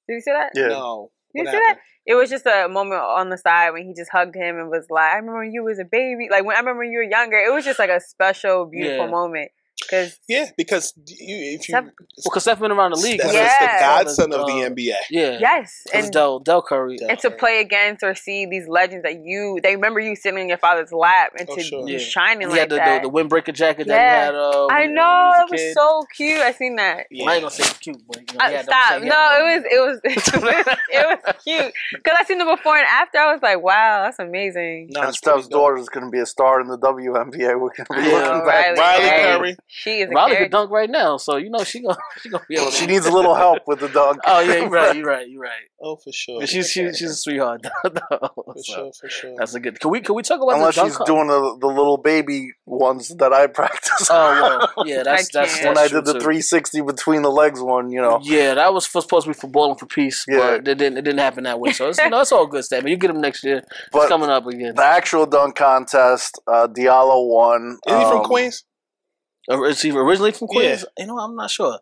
Speaker 4: Did you see that?
Speaker 2: Yeah.
Speaker 3: No.
Speaker 4: You
Speaker 3: What
Speaker 4: see
Speaker 3: happened?
Speaker 4: It was just a moment on the side when he just hugged him and was like, "I remember when you was a baby. Like when I remember when you were younger. It was just like a special, beautiful
Speaker 1: Yeah.
Speaker 4: moment because
Speaker 3: Yeah, because you, if you,
Speaker 4: Steph-
Speaker 1: Well, because Steph been around the league.
Speaker 3: Steph
Speaker 4: Yeah.
Speaker 3: is the
Speaker 4: Yes.
Speaker 3: godson of the
Speaker 1: Uh,
Speaker 3: NBA.
Speaker 1: Yeah,
Speaker 4: yes,
Speaker 1: Because
Speaker 4: and
Speaker 1: Del Del Curry.
Speaker 3: Del-
Speaker 4: and to play against or see these legends that you they remember you sitting in your father's lap and
Speaker 3: Oh,
Speaker 4: to
Speaker 3: sure.
Speaker 4: you
Speaker 1: Yeah.
Speaker 4: shining
Speaker 1: He
Speaker 4: like
Speaker 1: had the,
Speaker 4: that.
Speaker 1: the, the windbreaker jacket
Speaker 4: Yeah.
Speaker 1: that he had. Uh,
Speaker 4: I
Speaker 1: when- when
Speaker 4: know
Speaker 1: he
Speaker 4: that
Speaker 1: a
Speaker 4: was
Speaker 1: kid.
Speaker 4: so cute. I seen that.
Speaker 1: Well, I ain't gonna say it's cute, but you know,
Speaker 4: I-
Speaker 1: he had
Speaker 4: Uh, stop! No, it was it was it was, it was cute because I seen it before and after. I was like, "Wow, that's amazing."
Speaker 3: No,
Speaker 2: and
Speaker 3: it's pretty
Speaker 2: Steph's
Speaker 3: dope.
Speaker 2: daughter is going to be a star in the WNBA. We're going to be
Speaker 1: I know,
Speaker 2: looking back.
Speaker 4: Riley,
Speaker 3: Riley
Speaker 4: Hey,
Speaker 3: Curry.
Speaker 4: She is a
Speaker 1: Riley could
Speaker 4: character.
Speaker 1: dunk right now, so you know she gonna she gonna be able.
Speaker 2: Well,
Speaker 1: to-
Speaker 2: she needs a little help with the dunk.
Speaker 1: Oh yeah, you're right, you're right, you're right.
Speaker 3: Oh, for sure.
Speaker 1: But she's she's she's a sweetheart. though,
Speaker 3: For
Speaker 1: so
Speaker 3: sure, for sure.
Speaker 1: That's a good. Can we can we talk about
Speaker 2: Unless
Speaker 1: the dunk
Speaker 2: she's
Speaker 1: con-
Speaker 2: doing the, the little baby ones that I practice.
Speaker 1: Oh well, yeah, Mm-hmm. that's that's, that's
Speaker 4: can't.
Speaker 2: when I
Speaker 1: true,
Speaker 2: did the
Speaker 1: too.
Speaker 2: 360 between the legs one, you know.
Speaker 1: Yeah, that was for, supposed to be for bowling for peace,
Speaker 2: Yeah.
Speaker 1: but it didn't it didn't happen that way. So it's, you know, it's all good stuff. But you get them next year.
Speaker 2: But
Speaker 1: it's coming up again.
Speaker 2: the actual dunk contest, uh, Diallo won.
Speaker 3: Is he from
Speaker 2: Um,
Speaker 3: Queens?
Speaker 1: Or Is he originally from Queens? You know, I'm not sure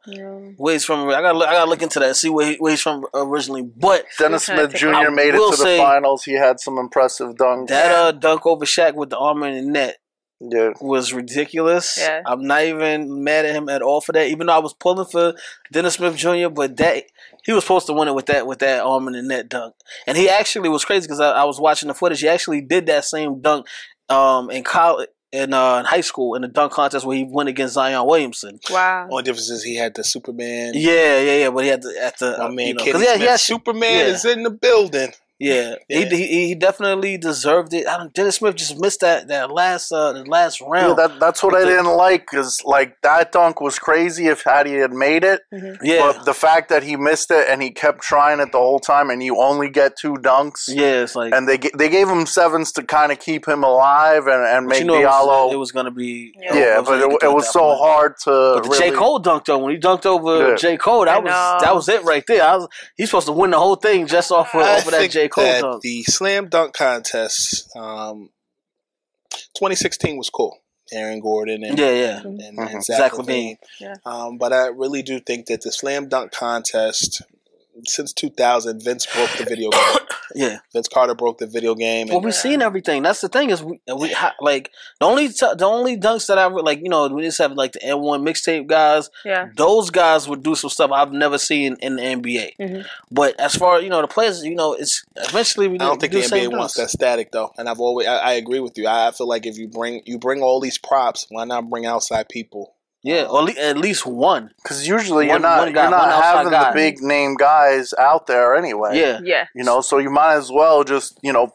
Speaker 1: where he's from. I gotta look, I gotta look into that and see where, he, where he's from originally. But
Speaker 2: Dennis
Speaker 4: He's trying to
Speaker 2: Smith
Speaker 4: take-
Speaker 2: Jr.
Speaker 1: I
Speaker 2: made it
Speaker 1: will
Speaker 2: to the
Speaker 1: say-
Speaker 2: finals. He had some impressive dunks.
Speaker 1: that uh, dunk over Shaq with the armor and the net
Speaker 2: Yeah.
Speaker 1: was ridiculous.
Speaker 4: Yeah.
Speaker 1: I'm not even mad at him at all for that. Even though I was pulling for Dennis Smith Jr., but that he was supposed to win it with that with that arm and the net dunk. And he actually was crazy because I, I was watching the footage. He actually did that same dunk um, in college. In, uh, in high school, in the dunk contest where he went against Zion Williamson.
Speaker 4: Wow.
Speaker 3: Only difference is he had the Superman.
Speaker 1: Yeah, yeah, yeah. But he had to, at the
Speaker 3: My
Speaker 1: uh,
Speaker 3: man,
Speaker 1: you know, 'cause
Speaker 3: Kenny
Speaker 1: he had- he
Speaker 3: Smith.
Speaker 1: had-
Speaker 3: Superman
Speaker 1: yeah.
Speaker 3: is in the building.
Speaker 1: Yeah,
Speaker 3: Yeah.
Speaker 1: He, he he definitely deserved it. I don't, Dennis Smith just missed that that last uh, the last round.
Speaker 2: Yeah, that, that's what I didn't like. Cause like that dunk was crazy. If had he had made it,
Speaker 4: Mm-hmm.
Speaker 1: yeah,
Speaker 2: but the fact that he missed it and he kept trying it the whole time, and you only get two dunks,
Speaker 1: yeah. It's like
Speaker 2: and they g- they gave him sevens to kind of keep him alive and and
Speaker 1: but
Speaker 2: make
Speaker 1: you know it
Speaker 2: Diallo.
Speaker 1: was, it was gonna be
Speaker 4: Yeah.
Speaker 2: yeah,
Speaker 1: it was
Speaker 2: but
Speaker 1: gonna
Speaker 2: it,
Speaker 1: get
Speaker 2: it
Speaker 1: to
Speaker 2: was
Speaker 1: that
Speaker 2: so
Speaker 1: point.
Speaker 2: hard to
Speaker 1: But the J
Speaker 2: really.
Speaker 1: Cole dunked on when he dunked over
Speaker 2: Yeah.
Speaker 1: J Cole.
Speaker 4: I
Speaker 1: That was
Speaker 4: know.
Speaker 1: that was it right there. I was, he's supposed to win the whole thing just off of,
Speaker 3: I
Speaker 1: off of that
Speaker 3: think
Speaker 1: J Cole
Speaker 3: that
Speaker 1: dunk.
Speaker 3: the slam dunk contest, um, 2016 was cool. Aaron Gordon and
Speaker 1: Yeah, yeah.
Speaker 3: and, and
Speaker 2: Mhm.
Speaker 3: Zach,
Speaker 1: Zach
Speaker 3: Levine.
Speaker 1: Levine.
Speaker 4: Yeah.
Speaker 3: Um, but I really do think that the slam dunk contest since 2000, Vince broke the video game.
Speaker 1: yeah.
Speaker 3: Vince Carter broke the video game.
Speaker 1: Well,
Speaker 3: And,
Speaker 1: we've seen everything. That's the thing is we, we ha- like the only t- the only dunks that I re- like you know we just have like the N one mixtape guys.
Speaker 4: Yeah.
Speaker 1: Those guys would do some stuff I've never seen in the NBA.
Speaker 4: Mhm.
Speaker 1: But as far you know the players, you know it's eventually we
Speaker 3: I don't think
Speaker 1: do
Speaker 3: the
Speaker 1: same
Speaker 3: NBA wants
Speaker 1: dunks.
Speaker 3: that static though, and I've always I, I agree with you. I, I feel like if you bring you bring all these props, why not bring outside people?
Speaker 1: Yeah, or le- at least one.
Speaker 2: Because usually you're
Speaker 1: One-
Speaker 2: not
Speaker 1: one guy-
Speaker 2: you're
Speaker 1: one
Speaker 2: not
Speaker 1: outside
Speaker 2: having
Speaker 1: guy.
Speaker 2: the big name guys out there anyway.
Speaker 1: Yeah,
Speaker 4: Yeah.
Speaker 2: you know, so you might as well just you know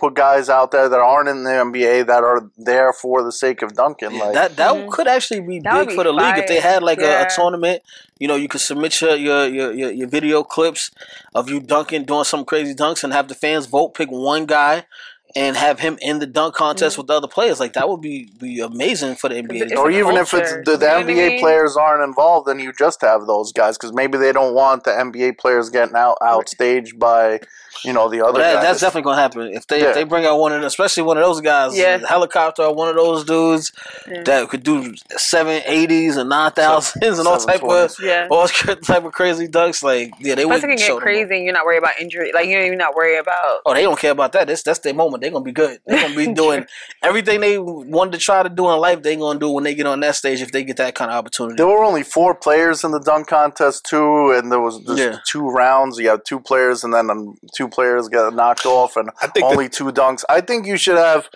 Speaker 2: put guys out there that aren't in the NBA that are there for the sake of dunking.
Speaker 1: Yeah,
Speaker 2: like
Speaker 1: that that
Speaker 4: Mhm.
Speaker 1: could actually be
Speaker 4: That would
Speaker 1: big
Speaker 4: be
Speaker 1: for the league if they
Speaker 4: fire.
Speaker 1: had like a,
Speaker 4: Yeah.
Speaker 1: a tournament. You know, you could submit your your, your your your video clips of you dunking, doing some crazy dunks, and have the fans vote, pick one guy, and have him in the dunk
Speaker 4: Mm-hmm.
Speaker 1: contest with the other players. Like that would be be amazing for the NBA.
Speaker 4: It's
Speaker 2: or
Speaker 4: a
Speaker 2: even if
Speaker 4: culture,
Speaker 2: it's the,
Speaker 4: you
Speaker 2: the
Speaker 4: know what I
Speaker 2: NBA
Speaker 4: mean?
Speaker 2: players aren't involved, then you just have those guys because maybe they don't want the NBA players getting out outstaged by you know the other
Speaker 1: Well, that,
Speaker 2: guys.
Speaker 1: that's definitely gonna happen if they
Speaker 2: Yeah.
Speaker 1: if they bring out one of the, especially one of those guys,
Speaker 4: Yeah.
Speaker 1: the helicopter, or one of those dudes
Speaker 4: Yeah.
Speaker 1: that could do seven eighties and nine thousands and all type of
Speaker 2: 720s.
Speaker 4: Yeah.
Speaker 1: all type of crazy dunks. Like yeah, they
Speaker 4: Plus,
Speaker 1: would show
Speaker 4: it can get
Speaker 1: them up.
Speaker 4: crazy, and you're not worried about injury. Like you know, you're not worried about.
Speaker 1: oh, they don't care about that. That's that's their moment. They're gonna be good. They're gonna be doing everything they wanted to try to do in life. They're gonna do when they get on that stage if they get that kind of opportunity.
Speaker 2: There were only four players in the dunk contest too, and there was just
Speaker 1: Yeah.
Speaker 2: two rounds. You have two players, and then um, two players get knocked off, and
Speaker 3: I think
Speaker 2: only two dunks. I think you should have,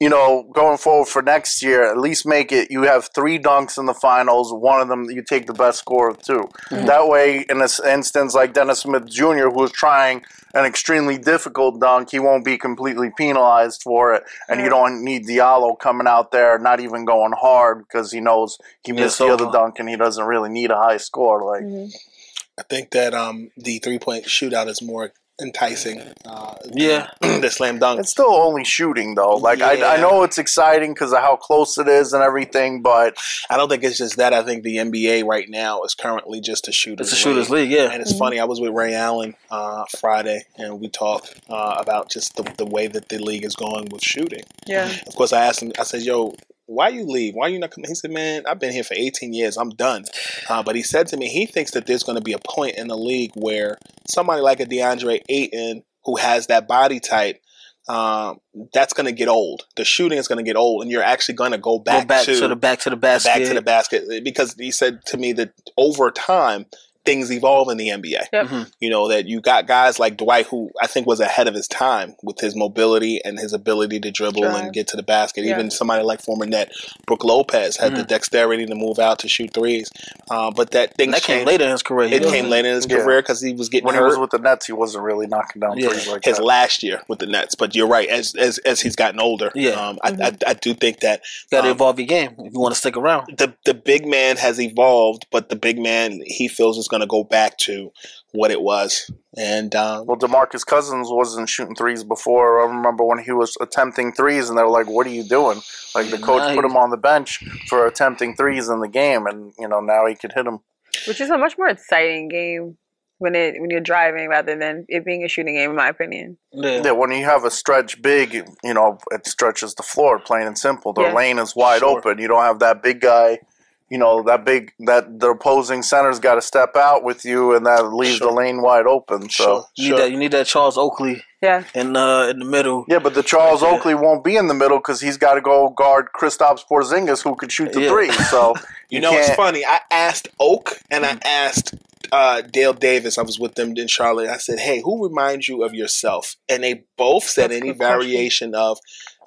Speaker 2: you know, going forward for next year, at least make it you have three dunks in the finals. One of them you take the best score of 2 That way, in this instance, like Dennis Smith Jr., who is trying an extremely difficult dunk, he won't be completely penalized for it, and you don't need Diallo coming out there not even going hard because he knows he
Speaker 1: Yeah,
Speaker 2: missed
Speaker 1: so
Speaker 2: the other
Speaker 1: far.
Speaker 2: dunk and he doesn't really need a high score. Like,
Speaker 3: I think that um, the three point shootout is more enticing. Uh,
Speaker 1: Yeah.
Speaker 3: than the slam dunk.
Speaker 2: It's still only shooting though. Like I, I
Speaker 3: Yeah.
Speaker 2: know it's exciting because of how close it is and everything, but
Speaker 3: I don't think it's just that. I think the NBA right now is currently just a shooters.
Speaker 1: It's a shooters league,
Speaker 3: And
Speaker 1: yeah.
Speaker 3: it's funny. I was with Ray Allen uh, Friday, and we talked uh, about just the, the way that the league is going with shooting.
Speaker 4: Yeah.
Speaker 3: Of course, I asked him. I said, "Yo, why you leave? Why you not coming?" He said, "Man, I've been here for 18 years. I'm done." Uh, but he said to me, he thinks that there's going to be a point in the league where somebody like a DeAndre Ayton, who has that body type. Um, that's going to get old. The shooting is going to get old, and you're actually going to go
Speaker 1: Go
Speaker 3: back,
Speaker 1: back to, the back to the basket.
Speaker 3: back to the basket because he said to me that over time things evolve in the NBA.
Speaker 4: Yep.
Speaker 1: Mhm.
Speaker 3: You know that you got guys like Dwight who I think was ahead of his time with his mobility and his ability to dribble
Speaker 4: Drive.
Speaker 3: and get to the basket.
Speaker 4: Yeah.
Speaker 3: Even somebody like former net Brooke Lopez had
Speaker 1: Mm.
Speaker 3: the dexterity to move out to shoot threes, uh, but that thing
Speaker 1: And that came later in his career.
Speaker 3: It came later in his
Speaker 2: Yeah.
Speaker 3: career because he was getting
Speaker 2: when he
Speaker 3: hurt
Speaker 2: was with the Nets, he wasn't really knocking down
Speaker 1: Yeah.
Speaker 2: threes like
Speaker 3: his
Speaker 2: that.
Speaker 3: last year with the Nets. But you're right, as as, as he's gotten older,
Speaker 1: Yeah.
Speaker 3: um, I,
Speaker 4: Mm-hmm.
Speaker 3: I I do think that
Speaker 1: Got to
Speaker 3: um,
Speaker 1: evolve your game if you want to stick around.
Speaker 3: the the big man has evolved, but the big man he feels is going to go back to what it was. And um,
Speaker 2: well, Demarcus Cousins wasn't shooting threes before. I remember when he was attempting threes, and they were like, "What are you doing?" Like the coach
Speaker 1: Nah,
Speaker 2: put
Speaker 1: he-
Speaker 2: him on the bench for attempting threes in the game, and you know now he could hit them.
Speaker 4: Which is a much more exciting game when it when you're driving rather than it being a shooting game, in my opinion.
Speaker 1: Yeah.
Speaker 2: Yeah, when you have a stretch big, you know it stretches the floor, plain and simple. The
Speaker 4: Yeah.
Speaker 2: lane is wide
Speaker 3: Sure.
Speaker 2: open. You don't have that big guy. You know that big that the opposing center's got to step out with you, and that leaves
Speaker 3: Sure.
Speaker 2: the lane wide open. So
Speaker 3: sure,
Speaker 1: You need
Speaker 3: sure.
Speaker 1: that. You need that Charles Oakley
Speaker 4: Yeah.
Speaker 5: in uh in the middle.
Speaker 2: Yeah, but the Charles
Speaker 5: Yeah.
Speaker 2: Oakley won't be in the middle because he's got to go guard Kristaps Porzingis, who could shoot the
Speaker 5: Yeah.
Speaker 2: three. So
Speaker 3: You know, it's
Speaker 2: can't-
Speaker 3: funny. I asked Oak and I asked uh, Dale Davis. I was with them in Charlotte. I said, "Hey, who reminds you of yourself?" And they both said
Speaker 4: That's a
Speaker 3: any
Speaker 4: good question.
Speaker 3: variation of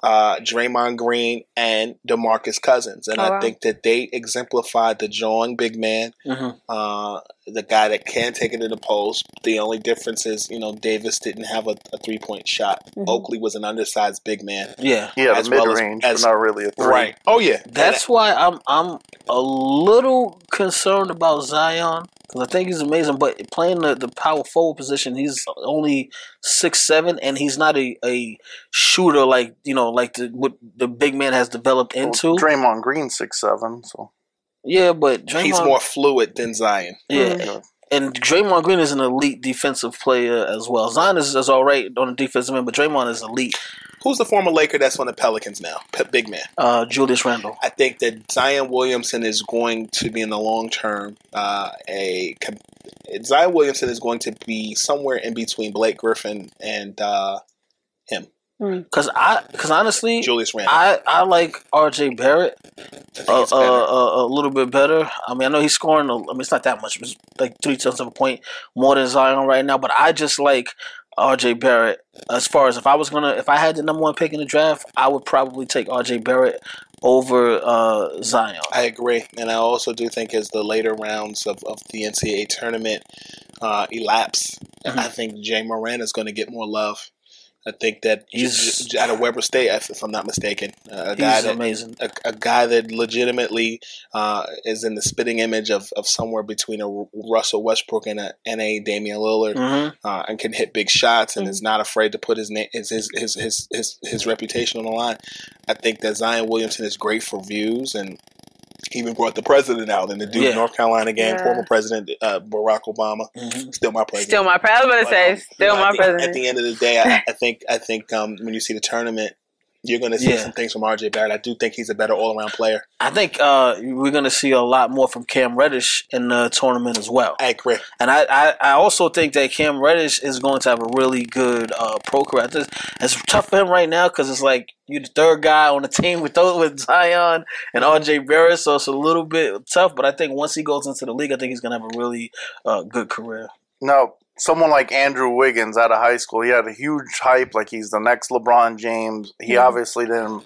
Speaker 3: uh, Draymond Green and DeMarcus Cousins. And
Speaker 4: Oh,
Speaker 3: I
Speaker 4: wow.
Speaker 3: think that they exemplified the drawing big man,
Speaker 1: Mhm.
Speaker 3: uh, the guy that can take it to the post. The only difference is, you know, Davis didn't have a, a three point shot.
Speaker 4: Mhm.
Speaker 3: Oakley was an undersized big man.
Speaker 1: Yeah.
Speaker 2: yeah,
Speaker 3: As
Speaker 2: the
Speaker 3: well
Speaker 2: mid
Speaker 3: as-
Speaker 2: range,
Speaker 3: as-
Speaker 2: but not really a three.
Speaker 3: Right. Oh yeah.
Speaker 1: That's why I'm I'm a little concerned about Zion because I think he's amazing, but playing the, the power forward position, he's only six seven, and he's not a, a shooter like you know like the what the big man has developed
Speaker 2: Well,
Speaker 1: into.
Speaker 2: Draymond Green six seven. So
Speaker 1: yeah, but Draymond,
Speaker 3: he's more fluid than Zion.
Speaker 1: yeah,
Speaker 2: Mhm.
Speaker 1: and Draymond Green is an elite defensive player as well. Zion is, is all right on the defensive end, but Draymond is elite.
Speaker 3: Who's the former Laker that's on the Pelicans now? P- big man.
Speaker 1: Uh, Julius Randle.
Speaker 3: I think that Zion Williamson is going to be in the long term uh, a com- Zion Williamson is going to be somewhere in between Blake Griffin and uh, him,
Speaker 1: Because I, because honestly,
Speaker 3: Julius Randle.
Speaker 1: I, uh, I like RJ Barrett a,
Speaker 3: it's
Speaker 1: a,
Speaker 3: better.
Speaker 1: a, a little bit better. I mean, I know he's scoring, a, I mean, it's not that much, it's like three tenths of a point more than Zion right now, but I just like RJ Barrett as far as if I was going to, if I had the number one pick in the draft, I would probably take RJ Barrett over uh, Zion.
Speaker 3: I agree, and I also do think as the later rounds of, of the NCAA tournament uh, elapse,
Speaker 1: Mhm.
Speaker 3: I think Jay Moran is going to get more love. I think that
Speaker 1: He's-
Speaker 3: he's out of Weber State, if, if I'm not mistaken, uh, a guy
Speaker 1: He's
Speaker 3: that
Speaker 1: amazing.
Speaker 3: a, a guy that legitimately uh, is in the spitting image of, of somewhere between a R- Russell Westbrook and a NA Damian Lillard,
Speaker 1: hmm
Speaker 3: uh, and can hit big shots and
Speaker 4: Mhm.
Speaker 3: is not afraid to put his, na- his, his his his his his reputation on the line. I think that Zion Williamson is great for views and. he Even brought the president out in the Duke,
Speaker 1: Yeah.
Speaker 3: North Carolina game.
Speaker 4: Yeah.
Speaker 3: Former president uh, Barack Obama,
Speaker 1: hmm
Speaker 3: still my president.
Speaker 4: Still my president. I was
Speaker 3: But,
Speaker 4: about to
Speaker 3: um,
Speaker 4: say, still
Speaker 3: you know,
Speaker 4: my
Speaker 3: at the, At
Speaker 4: president.
Speaker 3: the end of the day, I, I think I think um, when you see the tournament, you're going to see
Speaker 1: Yeah.
Speaker 3: some things from RJ Barrett. I do think he's a better all around player.
Speaker 1: I think uh, we're going to see a lot more from Cam Reddish in the tournament as well.
Speaker 3: I agree.
Speaker 1: And I, I, I also think that Cam Reddish is going to have a really good uh, pro career. I just- It's tough for him right now because it's like you're the third guy on the team with those, with Zion and RJ Barrett, so it's a little bit tough. But I think once he goes into the league, I think he's going to have a really uh, good career.
Speaker 2: No, someone like Andrew Wiggins out of high school, he had a huge hype, like he's the next LeBron James. He obviously didn't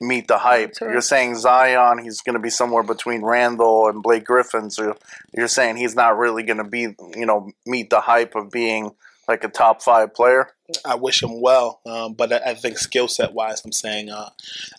Speaker 2: meet the hype.
Speaker 4: That's right.
Speaker 2: You're saying Zion, he's going to be somewhere between Randall and Blake Griffin. So you're saying he's not really going to be, you know, meet the hype of being like a top five player.
Speaker 3: I wish him well, um, but I, I think skill set wise, I'm saying uh,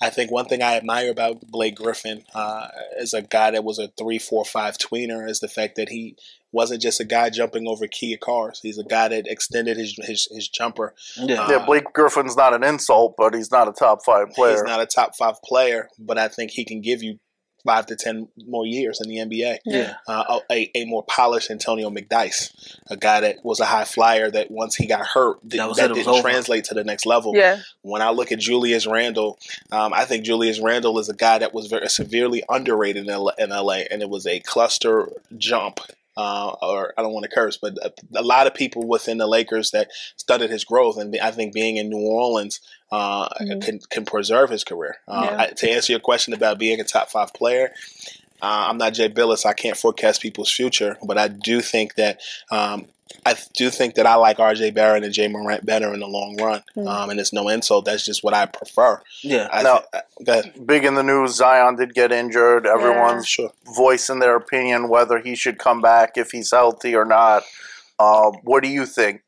Speaker 3: I think one thing I admire about Blake Griffin uh, as a guy that was a three, four, five tweener is the fact that he wasn't just a guy jumping over Kia cars. He's a guy that extended his his, his jumper.
Speaker 1: Yeah.
Speaker 3: Um,
Speaker 2: yeah, Blake Griffin's not an insult, but he's not a top five player.
Speaker 3: Uh, He's not a top five player, but I think he can give you five to ten more years in the NBA.
Speaker 1: Yeah.
Speaker 3: Uh, a, a more polished Antonio McDice, a guy that was a high flyer that once he got hurt, did,
Speaker 1: That
Speaker 3: that,
Speaker 1: was it, it was
Speaker 3: didn't
Speaker 1: over.
Speaker 3: translate to the next level.
Speaker 4: Yeah.
Speaker 3: When I look at Julius Randle, um, I think Julius Randle is a guy that was very severely underrated in L- in LA, and it was a cluster jump. Uh, or I don't want to curse, but a, a lot of people within the Lakers that studied his growth, and I think being in New Orleans uh,
Speaker 4: Mhm.
Speaker 3: can can preserve his career. Uh,
Speaker 4: Yeah.
Speaker 3: I- to answer your question about being a top five player, uh, I'm not Jay Billis. I can't forecast people's future, but I do think that um, I do think that I like R.J. Barrett and Jay Morant better in the long run,
Speaker 4: Mm.
Speaker 3: um, and it's no insult. That's just what I prefer.
Speaker 1: Yeah.
Speaker 3: I
Speaker 2: Now-
Speaker 3: th- I- go ahead.
Speaker 2: Big in the news, Zion did get injured. Everyone's
Speaker 3: Sure.
Speaker 2: voicing their opinion whether he should come back if he's healthy or not. Uh, what do you think?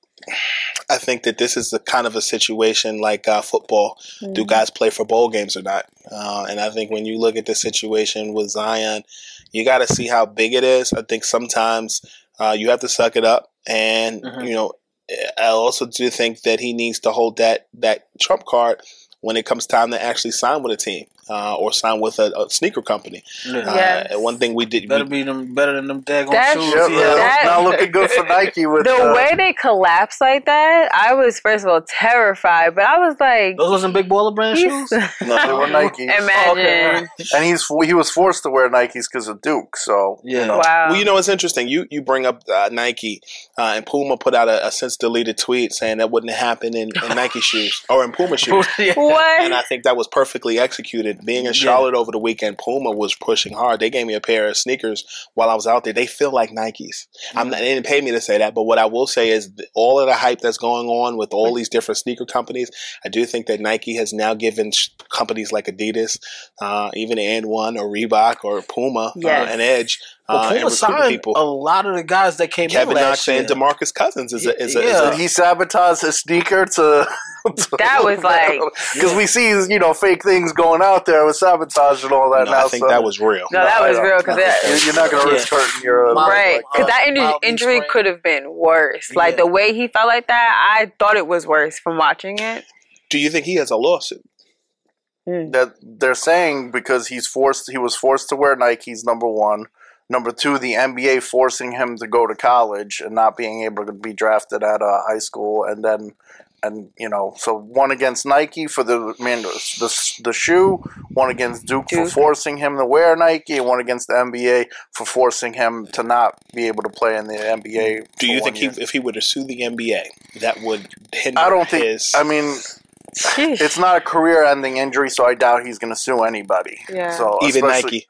Speaker 3: I think that this is the kind of a situation like uh, football. Do guys play for bowl games or not? Uh, and I think when you look at the situation with Zion, you got to see how big it is. I think sometimes uh, you have to suck it up, and
Speaker 1: Mhm.
Speaker 3: you know, I also do think that he needs to hold that that trump card. when it comes time to actually sign with a team uh, or sign with a, a sneaker company. Uh,
Speaker 4: Yes.
Speaker 3: and one thing we did,
Speaker 1: Better
Speaker 3: we,
Speaker 1: be them better than them daggone
Speaker 4: That's-
Speaker 1: shoes.
Speaker 2: Yeah,
Speaker 1: Yeah.
Speaker 4: that-
Speaker 2: it's not looking good for Nike with
Speaker 4: The
Speaker 2: uh,
Speaker 4: way they collapsed like that, I was first of all terrified, but I was like,
Speaker 1: Those wasn't big baller brand
Speaker 4: he's-
Speaker 1: shoes.
Speaker 2: no, they were Nikes.
Speaker 4: imagine.
Speaker 2: and he's he was forced to wear Nikes because of Duke. So
Speaker 1: Yeah.
Speaker 4: Wow.
Speaker 3: Well, you know, it's interesting. You you bring up uh, Nike, uh, and Puma put out a, a since deleted tweet saying that wouldn't happen in, in Nike shoes or in Puma shoes.
Speaker 1: Yeah.
Speaker 4: what?
Speaker 3: And I think that was perfectly executed. Being in Charlotte over the weekend, Puma was pushing hard. They gave me a pair of sneakers while I was out there. They feel like Nikes. I'm not, they didn't pay me to say that, but what I will say is th- all of the hype that's going on with all these different sneaker companies, I do think that Nike has now given sh- companies like Adidas, uh, even and one or Reebok or Puma
Speaker 4: Yes.
Speaker 3: uh, an edge.
Speaker 1: But
Speaker 3: Uh,
Speaker 1: Puma
Speaker 3: and recruiting
Speaker 1: signed a
Speaker 3: people.
Speaker 1: lot of the guys that came
Speaker 3: Kevin
Speaker 1: in last
Speaker 3: Knox
Speaker 1: year.
Speaker 3: and Demarcus Cousins is a, is a, is
Speaker 1: Yeah.
Speaker 3: a
Speaker 2: did he sabotage his sneaker to? to
Speaker 4: That was like-
Speaker 2: because we see you know fake things going out there with sabotage and all that.
Speaker 3: no,
Speaker 2: now,
Speaker 3: I think
Speaker 2: so-
Speaker 3: that was real.
Speaker 4: no, that
Speaker 2: I
Speaker 4: was
Speaker 2: don't-
Speaker 4: real because
Speaker 2: You-
Speaker 4: that.
Speaker 2: You're not going to
Speaker 1: Yeah.
Speaker 2: risk hurting your
Speaker 1: Miles
Speaker 4: Right,
Speaker 1: like,
Speaker 4: because
Speaker 1: uh,
Speaker 4: that injury,
Speaker 1: mild knee
Speaker 4: injury
Speaker 1: sprain.
Speaker 4: could have been worse. Like
Speaker 1: Yeah.
Speaker 4: the way he felt like that, I thought it was worse from watching it.
Speaker 3: Do you think he has a lawsuit?
Speaker 2: that they're saying because he's forced he was forced to wear Nikes number 1 number 2 the NBA forcing him to go to college and not being able to be drafted at uh, high school and then and you know so one against Nike for the I mean the the shoe one against Duke, for
Speaker 4: Duke.
Speaker 2: forcing him to wear Nike and one against the NBA for forcing him to not be able to play in the NBA
Speaker 3: Do
Speaker 2: for
Speaker 3: you
Speaker 2: one
Speaker 3: think he,
Speaker 2: year.
Speaker 3: if he were to sue the NBA, that would hinder
Speaker 2: I don't think
Speaker 3: his?
Speaker 2: I mean
Speaker 4: Sheesh.
Speaker 2: it's not a career-ending injury, so I doubt he's going to sue anybody.
Speaker 4: Yeah.
Speaker 2: So
Speaker 3: even
Speaker 2: especially-
Speaker 3: Nike.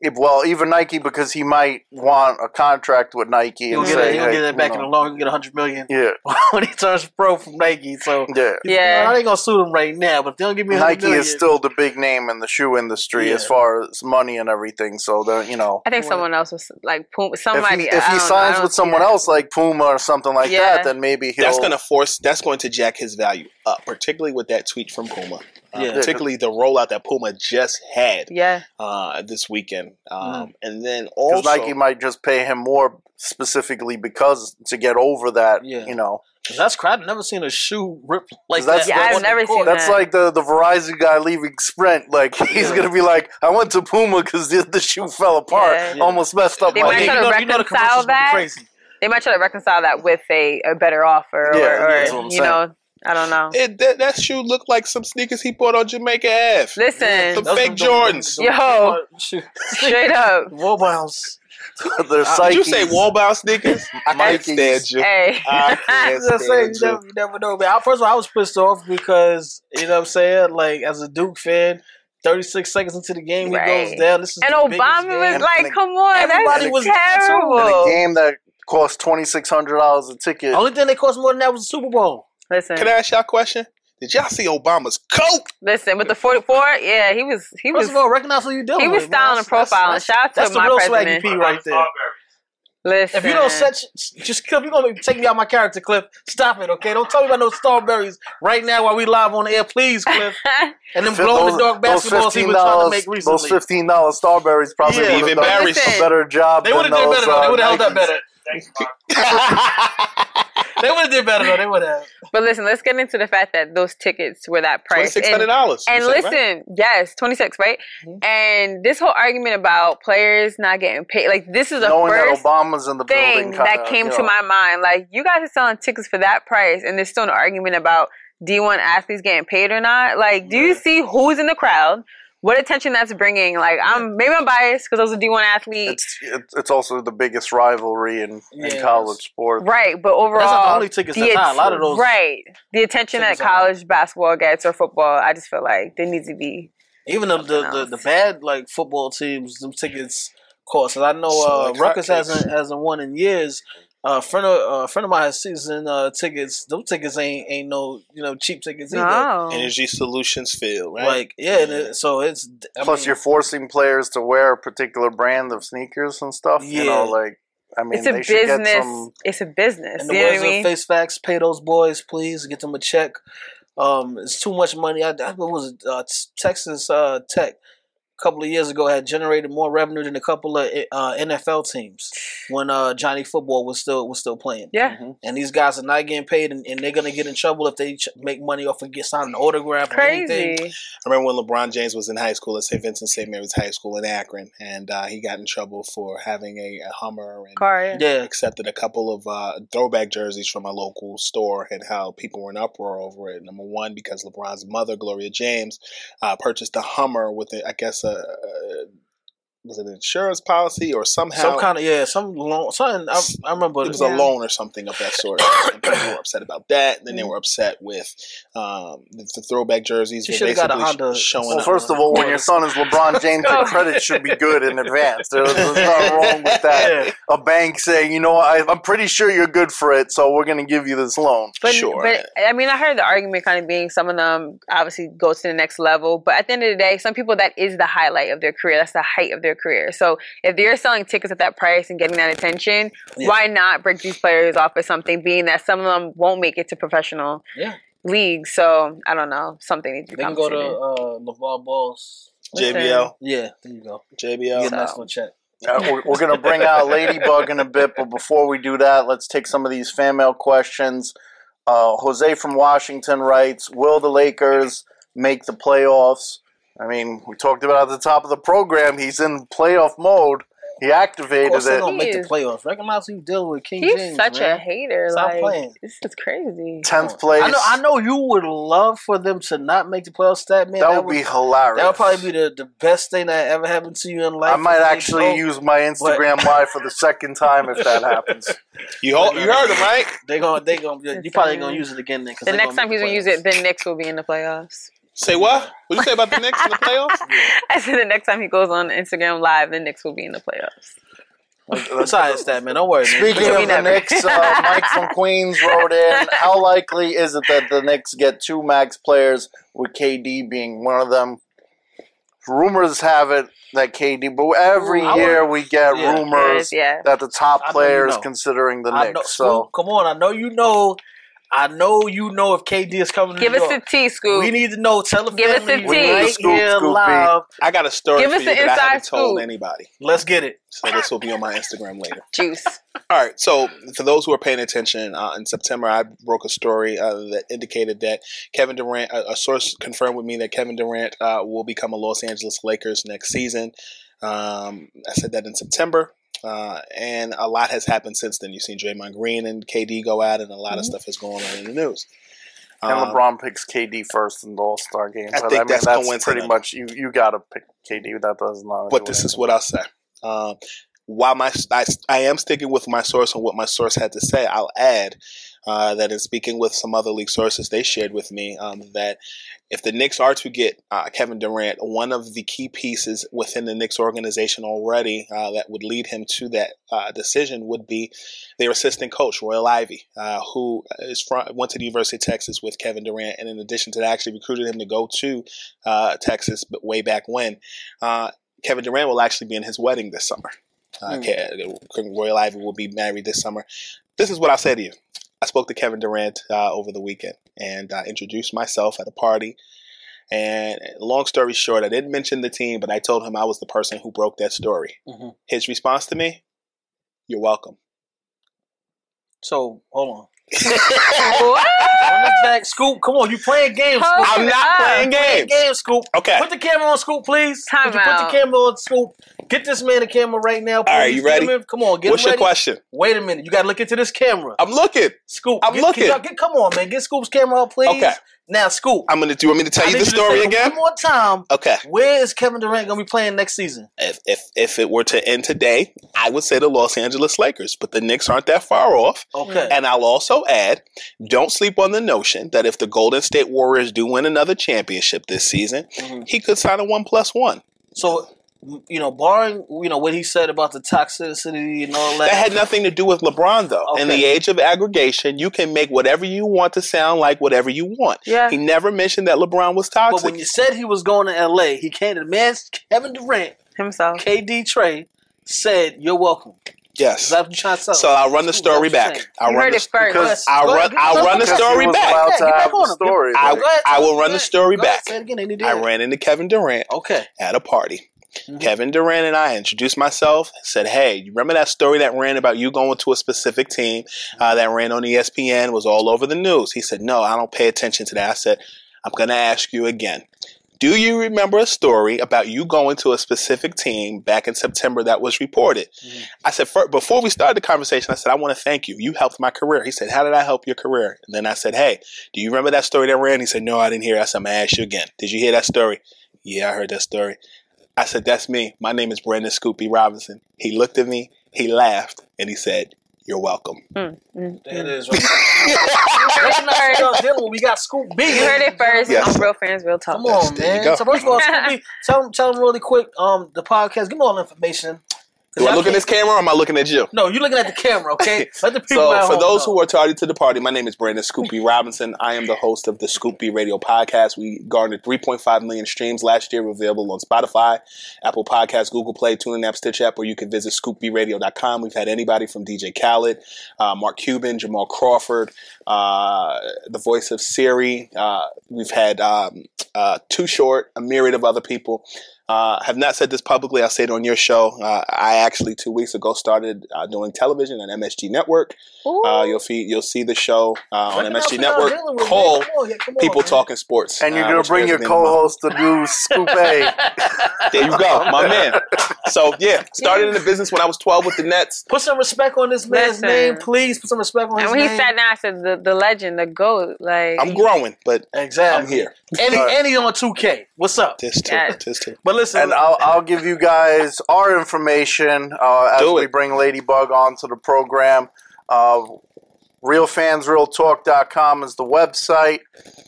Speaker 2: If- well, even Nike because he might want a contract with Nike
Speaker 1: He'll
Speaker 2: and
Speaker 1: get,
Speaker 2: say,
Speaker 1: it, he'll
Speaker 2: hey,
Speaker 1: get it back
Speaker 2: you
Speaker 1: in the
Speaker 2: know,
Speaker 1: long. He'll get 100 million
Speaker 2: yeah,
Speaker 1: when he turns pro from Nike. So
Speaker 2: yeah.
Speaker 1: he's-
Speaker 4: Yeah.
Speaker 1: I ain't gonna sue them right now. But if they don't give me 100
Speaker 2: Nike
Speaker 1: million,
Speaker 2: is still the big name in the shoe industry
Speaker 1: Yeah.
Speaker 2: as far as money and everything. So they're you know,
Speaker 4: I think someone else was like Puma,
Speaker 2: if
Speaker 4: somebody.
Speaker 2: he, if
Speaker 4: I
Speaker 2: he
Speaker 4: don't- I
Speaker 2: signs
Speaker 4: don't
Speaker 2: with
Speaker 4: see
Speaker 2: someone
Speaker 4: that.
Speaker 2: else like Puma or something like
Speaker 4: Yeah.
Speaker 2: that, then maybe he'll.
Speaker 3: That's going to force. That's going to jack his value up, particularly with that tweet from Puma. Uh,
Speaker 1: Yeah.
Speaker 3: Particularly the rollout that Puma just had
Speaker 4: yeah,
Speaker 3: uh, this weekend,
Speaker 4: Mm.
Speaker 3: um, and then also
Speaker 2: because Nike might just pay him more specifically because to get over that,
Speaker 1: Yeah.
Speaker 2: you know,
Speaker 1: that's crap. I've never seen a shoe rip like
Speaker 2: That's-
Speaker 1: that.
Speaker 4: Yeah, I've
Speaker 1: on the
Speaker 4: never seen
Speaker 1: court.
Speaker 4: that.
Speaker 2: That's like the, the Verizon guy leaving Sprint. Like he's
Speaker 1: Yeah.
Speaker 2: gonna be like, I went to Puma because the, the shoe fell apart,
Speaker 4: Yeah.
Speaker 1: Yeah.
Speaker 2: almost messed up
Speaker 4: They
Speaker 2: my
Speaker 4: might
Speaker 1: you
Speaker 4: try
Speaker 2: knee.
Speaker 4: to
Speaker 1: know- you know the
Speaker 4: reconcile
Speaker 1: commercials gonna be
Speaker 4: that.
Speaker 1: Crazy.
Speaker 4: they might try to reconcile that with a, a better offer,
Speaker 2: Yeah,
Speaker 4: or, or
Speaker 2: that's what I'm
Speaker 4: you know, I don't know.
Speaker 3: It, that, that shoe looked like some sneakers he bought on Jamaica Ave.
Speaker 4: Listen,
Speaker 3: Those fake Jordans.
Speaker 4: Yo. straight up,
Speaker 1: Warbounds.
Speaker 2: Their
Speaker 1: Uh,
Speaker 3: Uh, Did you
Speaker 2: psyches.
Speaker 3: say Walbound sneakers? I can't
Speaker 2: Nike's.
Speaker 3: stand you.
Speaker 4: hey,
Speaker 3: I
Speaker 2: Uh,
Speaker 3: can't
Speaker 1: That's what I'm saying.
Speaker 3: stand
Speaker 1: You
Speaker 3: you.
Speaker 1: never, you never know, man. I- First of all, I was pissed off because you know what I'm saying. Like as a Duke fan, 36 seconds into the game, he
Speaker 4: Right.
Speaker 1: goes down. This is
Speaker 4: and
Speaker 1: the biggest
Speaker 4: Obama
Speaker 1: game.
Speaker 4: was
Speaker 2: And-
Speaker 4: like,
Speaker 2: and-
Speaker 4: "Come on,
Speaker 1: everybody
Speaker 4: that's
Speaker 1: was-
Speaker 4: terrible."
Speaker 2: In a game that cost twenty six hundred dollars a ticket.
Speaker 1: Only thing that cost more than that was the Super Bowl.
Speaker 4: Listen,
Speaker 3: Can I ask y'all a question? Did y'all see Obama's coat?
Speaker 4: listen, with the forty-four, yeah, he was, he
Speaker 1: First
Speaker 4: was,
Speaker 1: of all, recognize what you're doing.
Speaker 4: he was
Speaker 1: with, man.
Speaker 4: styling and
Speaker 1: That's-
Speaker 4: profiling.
Speaker 1: that's-
Speaker 4: Shout out to
Speaker 1: That's the
Speaker 4: my
Speaker 1: real swaggy
Speaker 4: president.
Speaker 1: P right there.
Speaker 4: Listen,
Speaker 1: If you don't set, just Cliff, you're gonna take me out my character, Cliff. Stop it, okay? Don't tell me about no strawberries right now while we live on the air, please, Cliff. And them
Speaker 2: Fi-
Speaker 1: glow in the dark
Speaker 2: those
Speaker 1: basketballs he was trying to
Speaker 2: $15
Speaker 1: make
Speaker 2: Those
Speaker 1: recently.
Speaker 2: fifteen dollars strawberries probably
Speaker 1: Yeah.
Speaker 2: would've
Speaker 3: Even
Speaker 2: done
Speaker 3: Barry's-
Speaker 2: a better job.
Speaker 1: They would have
Speaker 2: than
Speaker 1: did
Speaker 2: those,
Speaker 1: better though. They
Speaker 2: uh,
Speaker 1: would have held up
Speaker 2: Nikes.
Speaker 1: better. They would have did better though. They would have.
Speaker 4: but listen, let's get into the fact that those tickets were that price.
Speaker 3: Twenty-six
Speaker 4: And-
Speaker 3: hundred dollars.
Speaker 4: And listen, yes, 26, right? And this whole argument about players not getting paid, like, this is the
Speaker 2: Knowing that
Speaker 4: first
Speaker 2: Obama's in the
Speaker 4: thing
Speaker 2: building,
Speaker 4: that
Speaker 2: kinda,
Speaker 4: came
Speaker 2: you
Speaker 4: to
Speaker 2: know.
Speaker 4: my mind. Like, you guys are selling tickets for that price, and there's still an argument about D1 athletes getting paid or not. Like, do you see who's in the crowd? What attention that's bringing? Like, I'm maybe I'm biased because I was a D1 athlete,
Speaker 2: It's it's it's also the biggest rivalry in, in
Speaker 1: Yes.
Speaker 2: college sports.
Speaker 4: right? But overall,
Speaker 1: That's not the only tickets that's high. A lot of those
Speaker 4: right? The attention that
Speaker 1: tickets are high.
Speaker 4: college basketball gets or football, I just feel like there needs to be
Speaker 1: Even the the, the
Speaker 4: else.
Speaker 1: the bad like football teams, them tickets cost. And I know uh,
Speaker 3: Selling
Speaker 1: Rutgers
Speaker 3: hotcakes.
Speaker 1: hasn't hasn't won in years. A uh, friend of uh, friend of mine has season uh, tickets. Those tickets ain't ain't no you know cheap tickets either.
Speaker 4: no.
Speaker 3: Energy Solutions Field, right?
Speaker 1: Like yeah, and it, so it's I
Speaker 2: Plus,
Speaker 1: mean,
Speaker 2: you're forcing players to wear a particular brand of sneakers and stuff. You know,
Speaker 1: Yeah.
Speaker 2: like I mean,
Speaker 4: it's a
Speaker 2: they should get
Speaker 4: business.
Speaker 2: some.
Speaker 4: It's a business.
Speaker 1: And the
Speaker 4: You know
Speaker 1: words
Speaker 4: what I
Speaker 1: of
Speaker 4: mean?
Speaker 1: face facts, pay those boys, please. Get them a check. Um, it's too much money. I, I what was it? Uh, Texas uh, Tech a couple of years ago had generated more revenue than a couple of uh, NFL teams when uh, Johnny Football was still was still playing.
Speaker 4: Yeah.
Speaker 1: And these guys are not getting paid, and, and they're gonna get in trouble if they ch- make money off of get signing an autograph. Or
Speaker 4: Crazy.
Speaker 1: anything.
Speaker 3: I remember when LeBron James was in high school at St. Vincent St. Mary's High School in Akron, and uh, he got in trouble for having a, a Hummer and
Speaker 4: Car, yeah.
Speaker 1: Yeah,
Speaker 3: accepted a couple of uh, throwback jerseys from a local store and how people were in uproar over it. Number one, because LeBron's mother, Gloria James, uh, purchased a Hummer with, a, I guess, a, a was it an insurance policy or somehow
Speaker 1: some kind of yeah, some long something. I, I remember
Speaker 3: it was
Speaker 4: Yeah.
Speaker 3: a loan or something of that sort. And people were upset about that. Then they
Speaker 1: Mm.
Speaker 3: were upset with um, the, the throwback jerseys
Speaker 1: She
Speaker 3: were
Speaker 1: should've got a
Speaker 3: basically sh-
Speaker 1: Honda.
Speaker 3: showing
Speaker 1: Well,
Speaker 3: up.
Speaker 2: first of all, when your son is LeBron James, the credit should be good in advance. There's, there's nothing wrong with that.
Speaker 1: Yeah.
Speaker 2: A bank saying, you know, what, I, I'm pretty sure you're good for it, so we're going to give you this loan.
Speaker 4: But,
Speaker 3: Sure.
Speaker 4: but I mean, I heard the argument kind of being some of them obviously go to the next level. But at the end of the day, some people that is the highlight of their career. That's the height of their career. So if they're selling tickets at that price and getting that attention,
Speaker 1: Yeah.
Speaker 4: why not break these players off with something? Being that some of them won't make it to professional
Speaker 1: Yeah.
Speaker 4: leagues. So I don't know. Something needs to be
Speaker 1: They can go to
Speaker 4: compensated.
Speaker 1: uh, LeVar Ball's.
Speaker 3: JBL,
Speaker 1: Yeah, there you go.
Speaker 3: JBL.
Speaker 1: Get a nice little check.
Speaker 2: Uh, we're, we're going to bring out Ladybug in a bit, but before we do that, let's take some of these fan mail questions. Uh, Jose from Washington writes Will the Lakers make the playoffs? I mean, we talked about at the top of the program, he's in playoff mode. He
Speaker 1: Of
Speaker 2: activated
Speaker 1: course, they
Speaker 2: it.
Speaker 1: don't make the
Speaker 4: Jeez.
Speaker 1: playoffs. Recognize who you dealing with, King
Speaker 4: He's
Speaker 1: James.
Speaker 4: such
Speaker 1: man.
Speaker 4: a hater.
Speaker 1: Stop
Speaker 4: like
Speaker 1: playing.
Speaker 4: this is crazy.
Speaker 2: 10th place.
Speaker 1: I know. I know you would love for them to not make the playoffs. That man,
Speaker 2: that, would be hilarious.
Speaker 1: that would probably be the, the best thing that ever happened to you in life.
Speaker 2: I might
Speaker 1: If they
Speaker 2: actually
Speaker 1: don't-
Speaker 2: use my Instagram live for the second time if that happens.
Speaker 3: You, ho- you heard him, right?
Speaker 1: They gonna they gonna you
Speaker 4: It's
Speaker 1: probably
Speaker 4: so
Speaker 1: gonna
Speaker 4: good.
Speaker 1: use it again then. 'cause
Speaker 4: The
Speaker 1: they
Speaker 4: next time
Speaker 1: make
Speaker 4: he's
Speaker 1: the
Speaker 4: gonna use
Speaker 1: playoffs.
Speaker 4: it, the Knicks will be in the playoffs.
Speaker 3: Say what? What you say about the Knicks in the playoffs?
Speaker 4: I said the next time he goes on Instagram Live, the Knicks will be in the playoffs.
Speaker 1: Besides that, man, don't worry. man.
Speaker 2: Speaking
Speaker 4: We
Speaker 2: of the
Speaker 4: never-
Speaker 2: Knicks, uh, Mike from Queens wrote in, how likely is it that the Knicks get two max players with KD being one of them? Rumors have it that KD, but every
Speaker 1: Ooh, I
Speaker 2: year we get
Speaker 1: yeah.
Speaker 2: rumors
Speaker 4: Yeah.
Speaker 2: that the top
Speaker 1: I know you
Speaker 2: player is
Speaker 1: know.
Speaker 2: considering the
Speaker 1: I know,
Speaker 2: Knicks. So
Speaker 1: Scoop, come on, I know you know. I know you know if KD is coming to
Speaker 4: Give
Speaker 1: New
Speaker 4: us the
Speaker 1: York.
Speaker 4: tea, Scoop.
Speaker 1: We need to know. Tell the
Speaker 4: Give us
Speaker 1: family
Speaker 4: the tea.
Speaker 1: right
Speaker 2: Scoop,
Speaker 1: here
Speaker 2: Scoopy.
Speaker 1: live.
Speaker 3: I got a story
Speaker 4: Give
Speaker 3: for
Speaker 4: us
Speaker 3: you
Speaker 4: the
Speaker 3: that I haven't
Speaker 4: inside
Speaker 3: told
Speaker 4: scoop.
Speaker 3: anybody.
Speaker 1: Let's get it.
Speaker 3: So this will be on my Instagram later.
Speaker 4: Juice.
Speaker 3: All right. So for those who are paying attention, uh, in September I broke a story uh, that indicated that Kevin Durant, a, a source confirmed with me that Kevin Durant uh, will become a Los Angeles Lakers next season. Um, I said that in September. Uh, and a lot has happened since then. You've seen Draymond Green and KD go at it, and a
Speaker 4: Mm-hmm.
Speaker 3: lot of stuff has gone on in the news.
Speaker 2: and
Speaker 3: Um,
Speaker 2: LeBron picks KD first in the All Star game.
Speaker 3: I
Speaker 2: but
Speaker 3: think
Speaker 2: I mean,
Speaker 3: that's
Speaker 2: that's,
Speaker 3: coincidental.
Speaker 2: pretty much you. You got to pick KD. That does not.
Speaker 3: but
Speaker 2: do
Speaker 3: this
Speaker 2: anything.
Speaker 3: is what I'll say. Um, while my I, I am sticking with my source and what my source had to say, I'll add uh, that in speaking with some other league sources, they shared with me um, that if the Knicks are to get uh, Kevin Durant, one of the key pieces within the Knicks organization already uh, that would lead him to that uh, decision would be their assistant coach, Royal Ivy, uh, who is from, went to the University of Texas with Kevin Durant, and in addition to that, actually recruited him to go to uh, Texas but way back when. Uh, Kevin Durant will actually be in his wedding this summer. Uh, Ke- Royal Ivy will be married this summer. This is what I say to you. I spoke to Kevin Durant uh, over the weekend and I introduced myself at a party. And long story short, I didn't mention the team, but I told him I was the person who broke that story.
Speaker 1: Mhm.
Speaker 3: His response to me, "You're welcome."
Speaker 1: So hold on.
Speaker 4: what?
Speaker 1: Run this back, Scoop. Come on, you playing games? Scoop.
Speaker 4: Hold
Speaker 3: I'm not
Speaker 1: uh,
Speaker 4: up.
Speaker 3: playing
Speaker 1: Playing
Speaker 3: games.
Speaker 1: games, Scoop.
Speaker 3: Okay.
Speaker 1: Put the camera on, Scoop, please.
Speaker 4: Time
Speaker 1: Would you put
Speaker 4: out.
Speaker 1: the camera on, Scoop? Get this man a camera right now. Please.
Speaker 3: All right, you
Speaker 1: Get
Speaker 3: ready?
Speaker 1: him in. Come on, get
Speaker 3: What's
Speaker 1: him
Speaker 3: your
Speaker 1: ready.
Speaker 3: question?
Speaker 1: Wait a minute. You got to look into this camera.
Speaker 3: I'm looking.
Speaker 1: Scoop,
Speaker 3: I'm
Speaker 1: get,
Speaker 3: looking.
Speaker 1: Get, get- come on, man. Get Scoop's camera up, please.
Speaker 3: Okay.
Speaker 1: Now, Scoop.
Speaker 3: I'm gonna. Do you want me to tell
Speaker 1: I
Speaker 3: you
Speaker 1: need
Speaker 3: the
Speaker 1: to
Speaker 3: story
Speaker 1: say
Speaker 3: again?
Speaker 1: One more time.
Speaker 3: Okay.
Speaker 1: Where is Kevin Durant going to be playing next season?
Speaker 3: if, if if it were to end today, I would say the Los Angeles Lakers, but the Knicks aren't that far off.
Speaker 1: Okay.
Speaker 3: And I'll also add, don't sleep on the notion that if the Golden State Warriors do win another championship this season,
Speaker 1: Mm-hmm.
Speaker 3: he could sign a one plus one.
Speaker 1: So, you know, barring, you know, what he said about the toxicity and all that.
Speaker 3: That had nothing to do with LeBron, though. In
Speaker 1: Okay.
Speaker 3: the age of aggregation, you can make whatever you want to sound like whatever you want.
Speaker 4: Yeah.
Speaker 3: He never mentioned that LeBron was toxic.
Speaker 1: but when you said he was going to LA, he came to the man, Kevin Durant,
Speaker 4: Himself.
Speaker 1: KD Trey, said, You're welcome. Is
Speaker 3: Yes.
Speaker 1: that what you're trying to tell
Speaker 3: So
Speaker 1: us?
Speaker 3: I'll run the
Speaker 1: That's what
Speaker 3: story
Speaker 1: you're
Speaker 3: back.
Speaker 1: saying.
Speaker 3: I'll
Speaker 4: You
Speaker 3: run
Speaker 4: heard
Speaker 3: the,
Speaker 4: it first.
Speaker 3: because
Speaker 1: Go
Speaker 3: I'll
Speaker 1: ahead,
Speaker 3: run
Speaker 1: give-
Speaker 3: I'll
Speaker 1: tell
Speaker 3: run the
Speaker 1: us what
Speaker 3: story
Speaker 1: you're
Speaker 3: back.
Speaker 1: saying. Yeah,
Speaker 2: back. Allowed to
Speaker 1: get
Speaker 2: have
Speaker 1: back
Speaker 2: the
Speaker 1: on 'em. Get-
Speaker 2: story,
Speaker 3: I-
Speaker 1: Go ahead,
Speaker 3: I
Speaker 1: tell
Speaker 3: will
Speaker 1: us
Speaker 3: run the
Speaker 1: what-
Speaker 3: story
Speaker 1: go ahead,
Speaker 3: back.
Speaker 1: Say it again. Any
Speaker 3: I
Speaker 1: deal?
Speaker 3: ran into Kevin Durant
Speaker 1: Okay.
Speaker 3: at a party. Kevin Durant and I introduced myself. Said, "Hey, you remember that story that ran about you going to a specific team uh, that ran on ESPN was all over the news?" He said, "No, I don't pay attention to that." I said, "I'm going to ask you again. Do you remember a story about you going to a specific team back in September that was reported?" I said, Fir "Before we started the conversation, I said I want to thank you. You helped my career." He said, "How did I help your career?" And then I said, "Hey, do you remember that story that ran?" He said, "No, I didn't hear." It. I said, "I'm gonna ask you again. Did you hear that story?" Yeah, I heard that story. I said, That's me. My name is Brandon Scoopy Robinson. He looked at me, he laughed, and he said, You're welcome.
Speaker 1: There it is. Right there. Recognize dealing with. We got Scoop B.
Speaker 4: You heard it first.
Speaker 3: Yes.
Speaker 4: I'm real fans, real talk.
Speaker 1: Come on,
Speaker 3: There you
Speaker 1: man.
Speaker 3: go.
Speaker 1: So first of all, Scoop B, tell him, tell him really quick. Um, the podcast. Give me all the information. 'Cause
Speaker 3: Do I
Speaker 1: y'all
Speaker 3: look at
Speaker 1: can't-
Speaker 3: this camera or am I looking at you?
Speaker 1: No, you're looking at the camera. Okay. Let the people
Speaker 3: So,
Speaker 1: at
Speaker 3: for
Speaker 1: home
Speaker 3: those
Speaker 1: know.
Speaker 3: who are tardy to the party, my name is Brandon Scoopy Robinson. I am the host of the Scoopy Radio Podcast. We garnered 3.5 million streams last year, We're available on Spotify, Apple Podcasts, Google Play, TuneIn App, Stitch App, or you can visit scoopyradio.com. We've had anybody from DJ Khaled, uh, Mark Cuban, Jamal Crawford, uh, the voice of Siri. Uh, we've had um, uh, Too Short, a myriad of other people. Uh, have not said this publicly. I'll say it on your show. Uh, I actually two weeks ago started uh, doing television on MSG Network. Uh, you'll see you'll see the show uh, on
Speaker 1: Recognize
Speaker 3: MSG
Speaker 1: what y'all
Speaker 3: Network.
Speaker 1: dealing with, man.
Speaker 3: Call
Speaker 1: Come on, yeah, come on,
Speaker 3: people
Speaker 1: man.
Speaker 3: talking sports,
Speaker 2: And you're
Speaker 3: uh,
Speaker 2: gonna
Speaker 3: which
Speaker 2: bring
Speaker 3: airs
Speaker 2: your
Speaker 3: at the end of the month.
Speaker 2: co-host to do Scoop A.
Speaker 3: There you go, my man. So yeah, started in the business when I was 12 with the Nets.
Speaker 1: Put some respect on this man's
Speaker 4: Listen.
Speaker 1: name, please. Put some respect on
Speaker 4: And
Speaker 1: his
Speaker 4: when he
Speaker 1: name.
Speaker 4: sat down, I said, "The, the legend, the goat." Like
Speaker 3: I'm growing, but
Speaker 1: exactly.
Speaker 3: I'm here.
Speaker 1: And, he- and he's on 2K. What's up?
Speaker 3: This too,
Speaker 4: Yes.
Speaker 3: this too.
Speaker 1: But listen,
Speaker 2: and I'll, I'll give you guys our information uh, as
Speaker 3: Do
Speaker 2: we
Speaker 3: it.
Speaker 2: bring Ladybug onto the program. Uh, RealFansRealTalk.com is the website.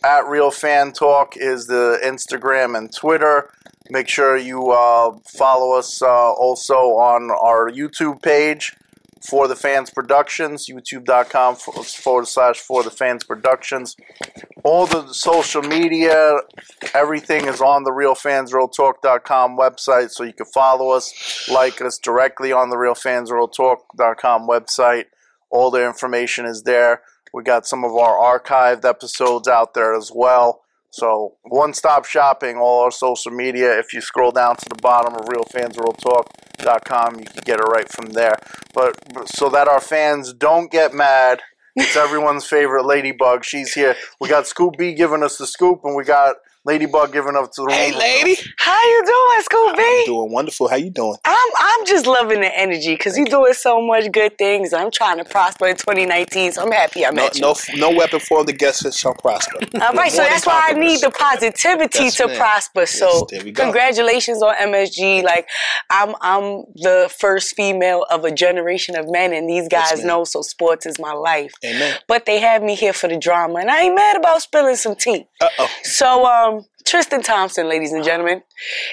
Speaker 2: At RealFanTalk is the Instagram and Twitter. Make sure you uh, follow us uh, also on our YouTube page for the fans productions youtube.com for- forward slash for the fans productions all the social media everything is on the realfansrealtalk.com website so you can follow us like us directly on the realfansrealtalk.com website all the information is there we got some of our archived episodes out there as well so one stop shopping all our social media if you scroll down to the bottom of realfansrealtalk.com you can get it right from there but so that our fans don't get mad it's everyone's favorite ladybug she's here we got scoop b giving us the scoop and we got Ladybug giving up to the
Speaker 3: Hey,
Speaker 2: rumor.
Speaker 3: lady,
Speaker 4: How you doing, Scoop
Speaker 3: I'm doing wonderful. How you doing?
Speaker 4: I'm I'm just loving the energy because you're doing so much good things. I'm trying to prosper in 2019, so I'm happy I
Speaker 3: No,
Speaker 4: met
Speaker 3: no,
Speaker 4: you.
Speaker 3: no weapon formed against us shall prosper.
Speaker 4: All right, so
Speaker 3: More than
Speaker 4: that's why I
Speaker 3: conquerors.
Speaker 4: need the positivity
Speaker 3: Yes,
Speaker 4: to
Speaker 3: ma'am.
Speaker 4: prosper. So
Speaker 3: there we go.
Speaker 4: congratulations on MSG. Like I'm I'm the first female of a generation of men, and these guys
Speaker 3: ma'am.
Speaker 4: know. So sports is my life.
Speaker 3: Amen.
Speaker 4: But they have me here for the drama, and I ain't mad about spilling some tea.
Speaker 3: Uh oh.
Speaker 4: So um. Tristan Thompson, ladies and gentlemen.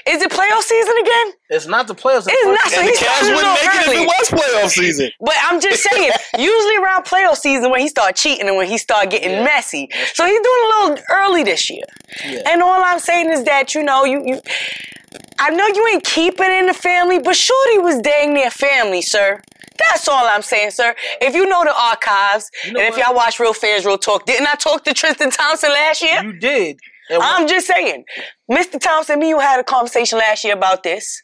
Speaker 4: Is it playoff season again?
Speaker 1: it's not the playoffs.
Speaker 4: It's not. So
Speaker 3: And the
Speaker 4: he's
Speaker 3: Cavs
Speaker 4: starting
Speaker 3: wouldn't
Speaker 4: off
Speaker 3: make it if
Speaker 4: early.
Speaker 3: it was playoff season.
Speaker 4: But I'm just saying, usually around playoff season when he start cheating and when he start getting messy. So he's doing a little early this year. And all I'm saying is that, you know, you, you I know you ain't keeping in the family, but Shorty was dang near family, sir. That's all I'm saying, sir. If you know the archives,
Speaker 1: know
Speaker 4: and if
Speaker 1: what?
Speaker 4: y'all watch Real Fans Real Talk, didn't I talk to Tristan Thompson last year?
Speaker 1: You did. And
Speaker 4: I'm just saying, Mr. Thompson, me and you had a conversation last year about this,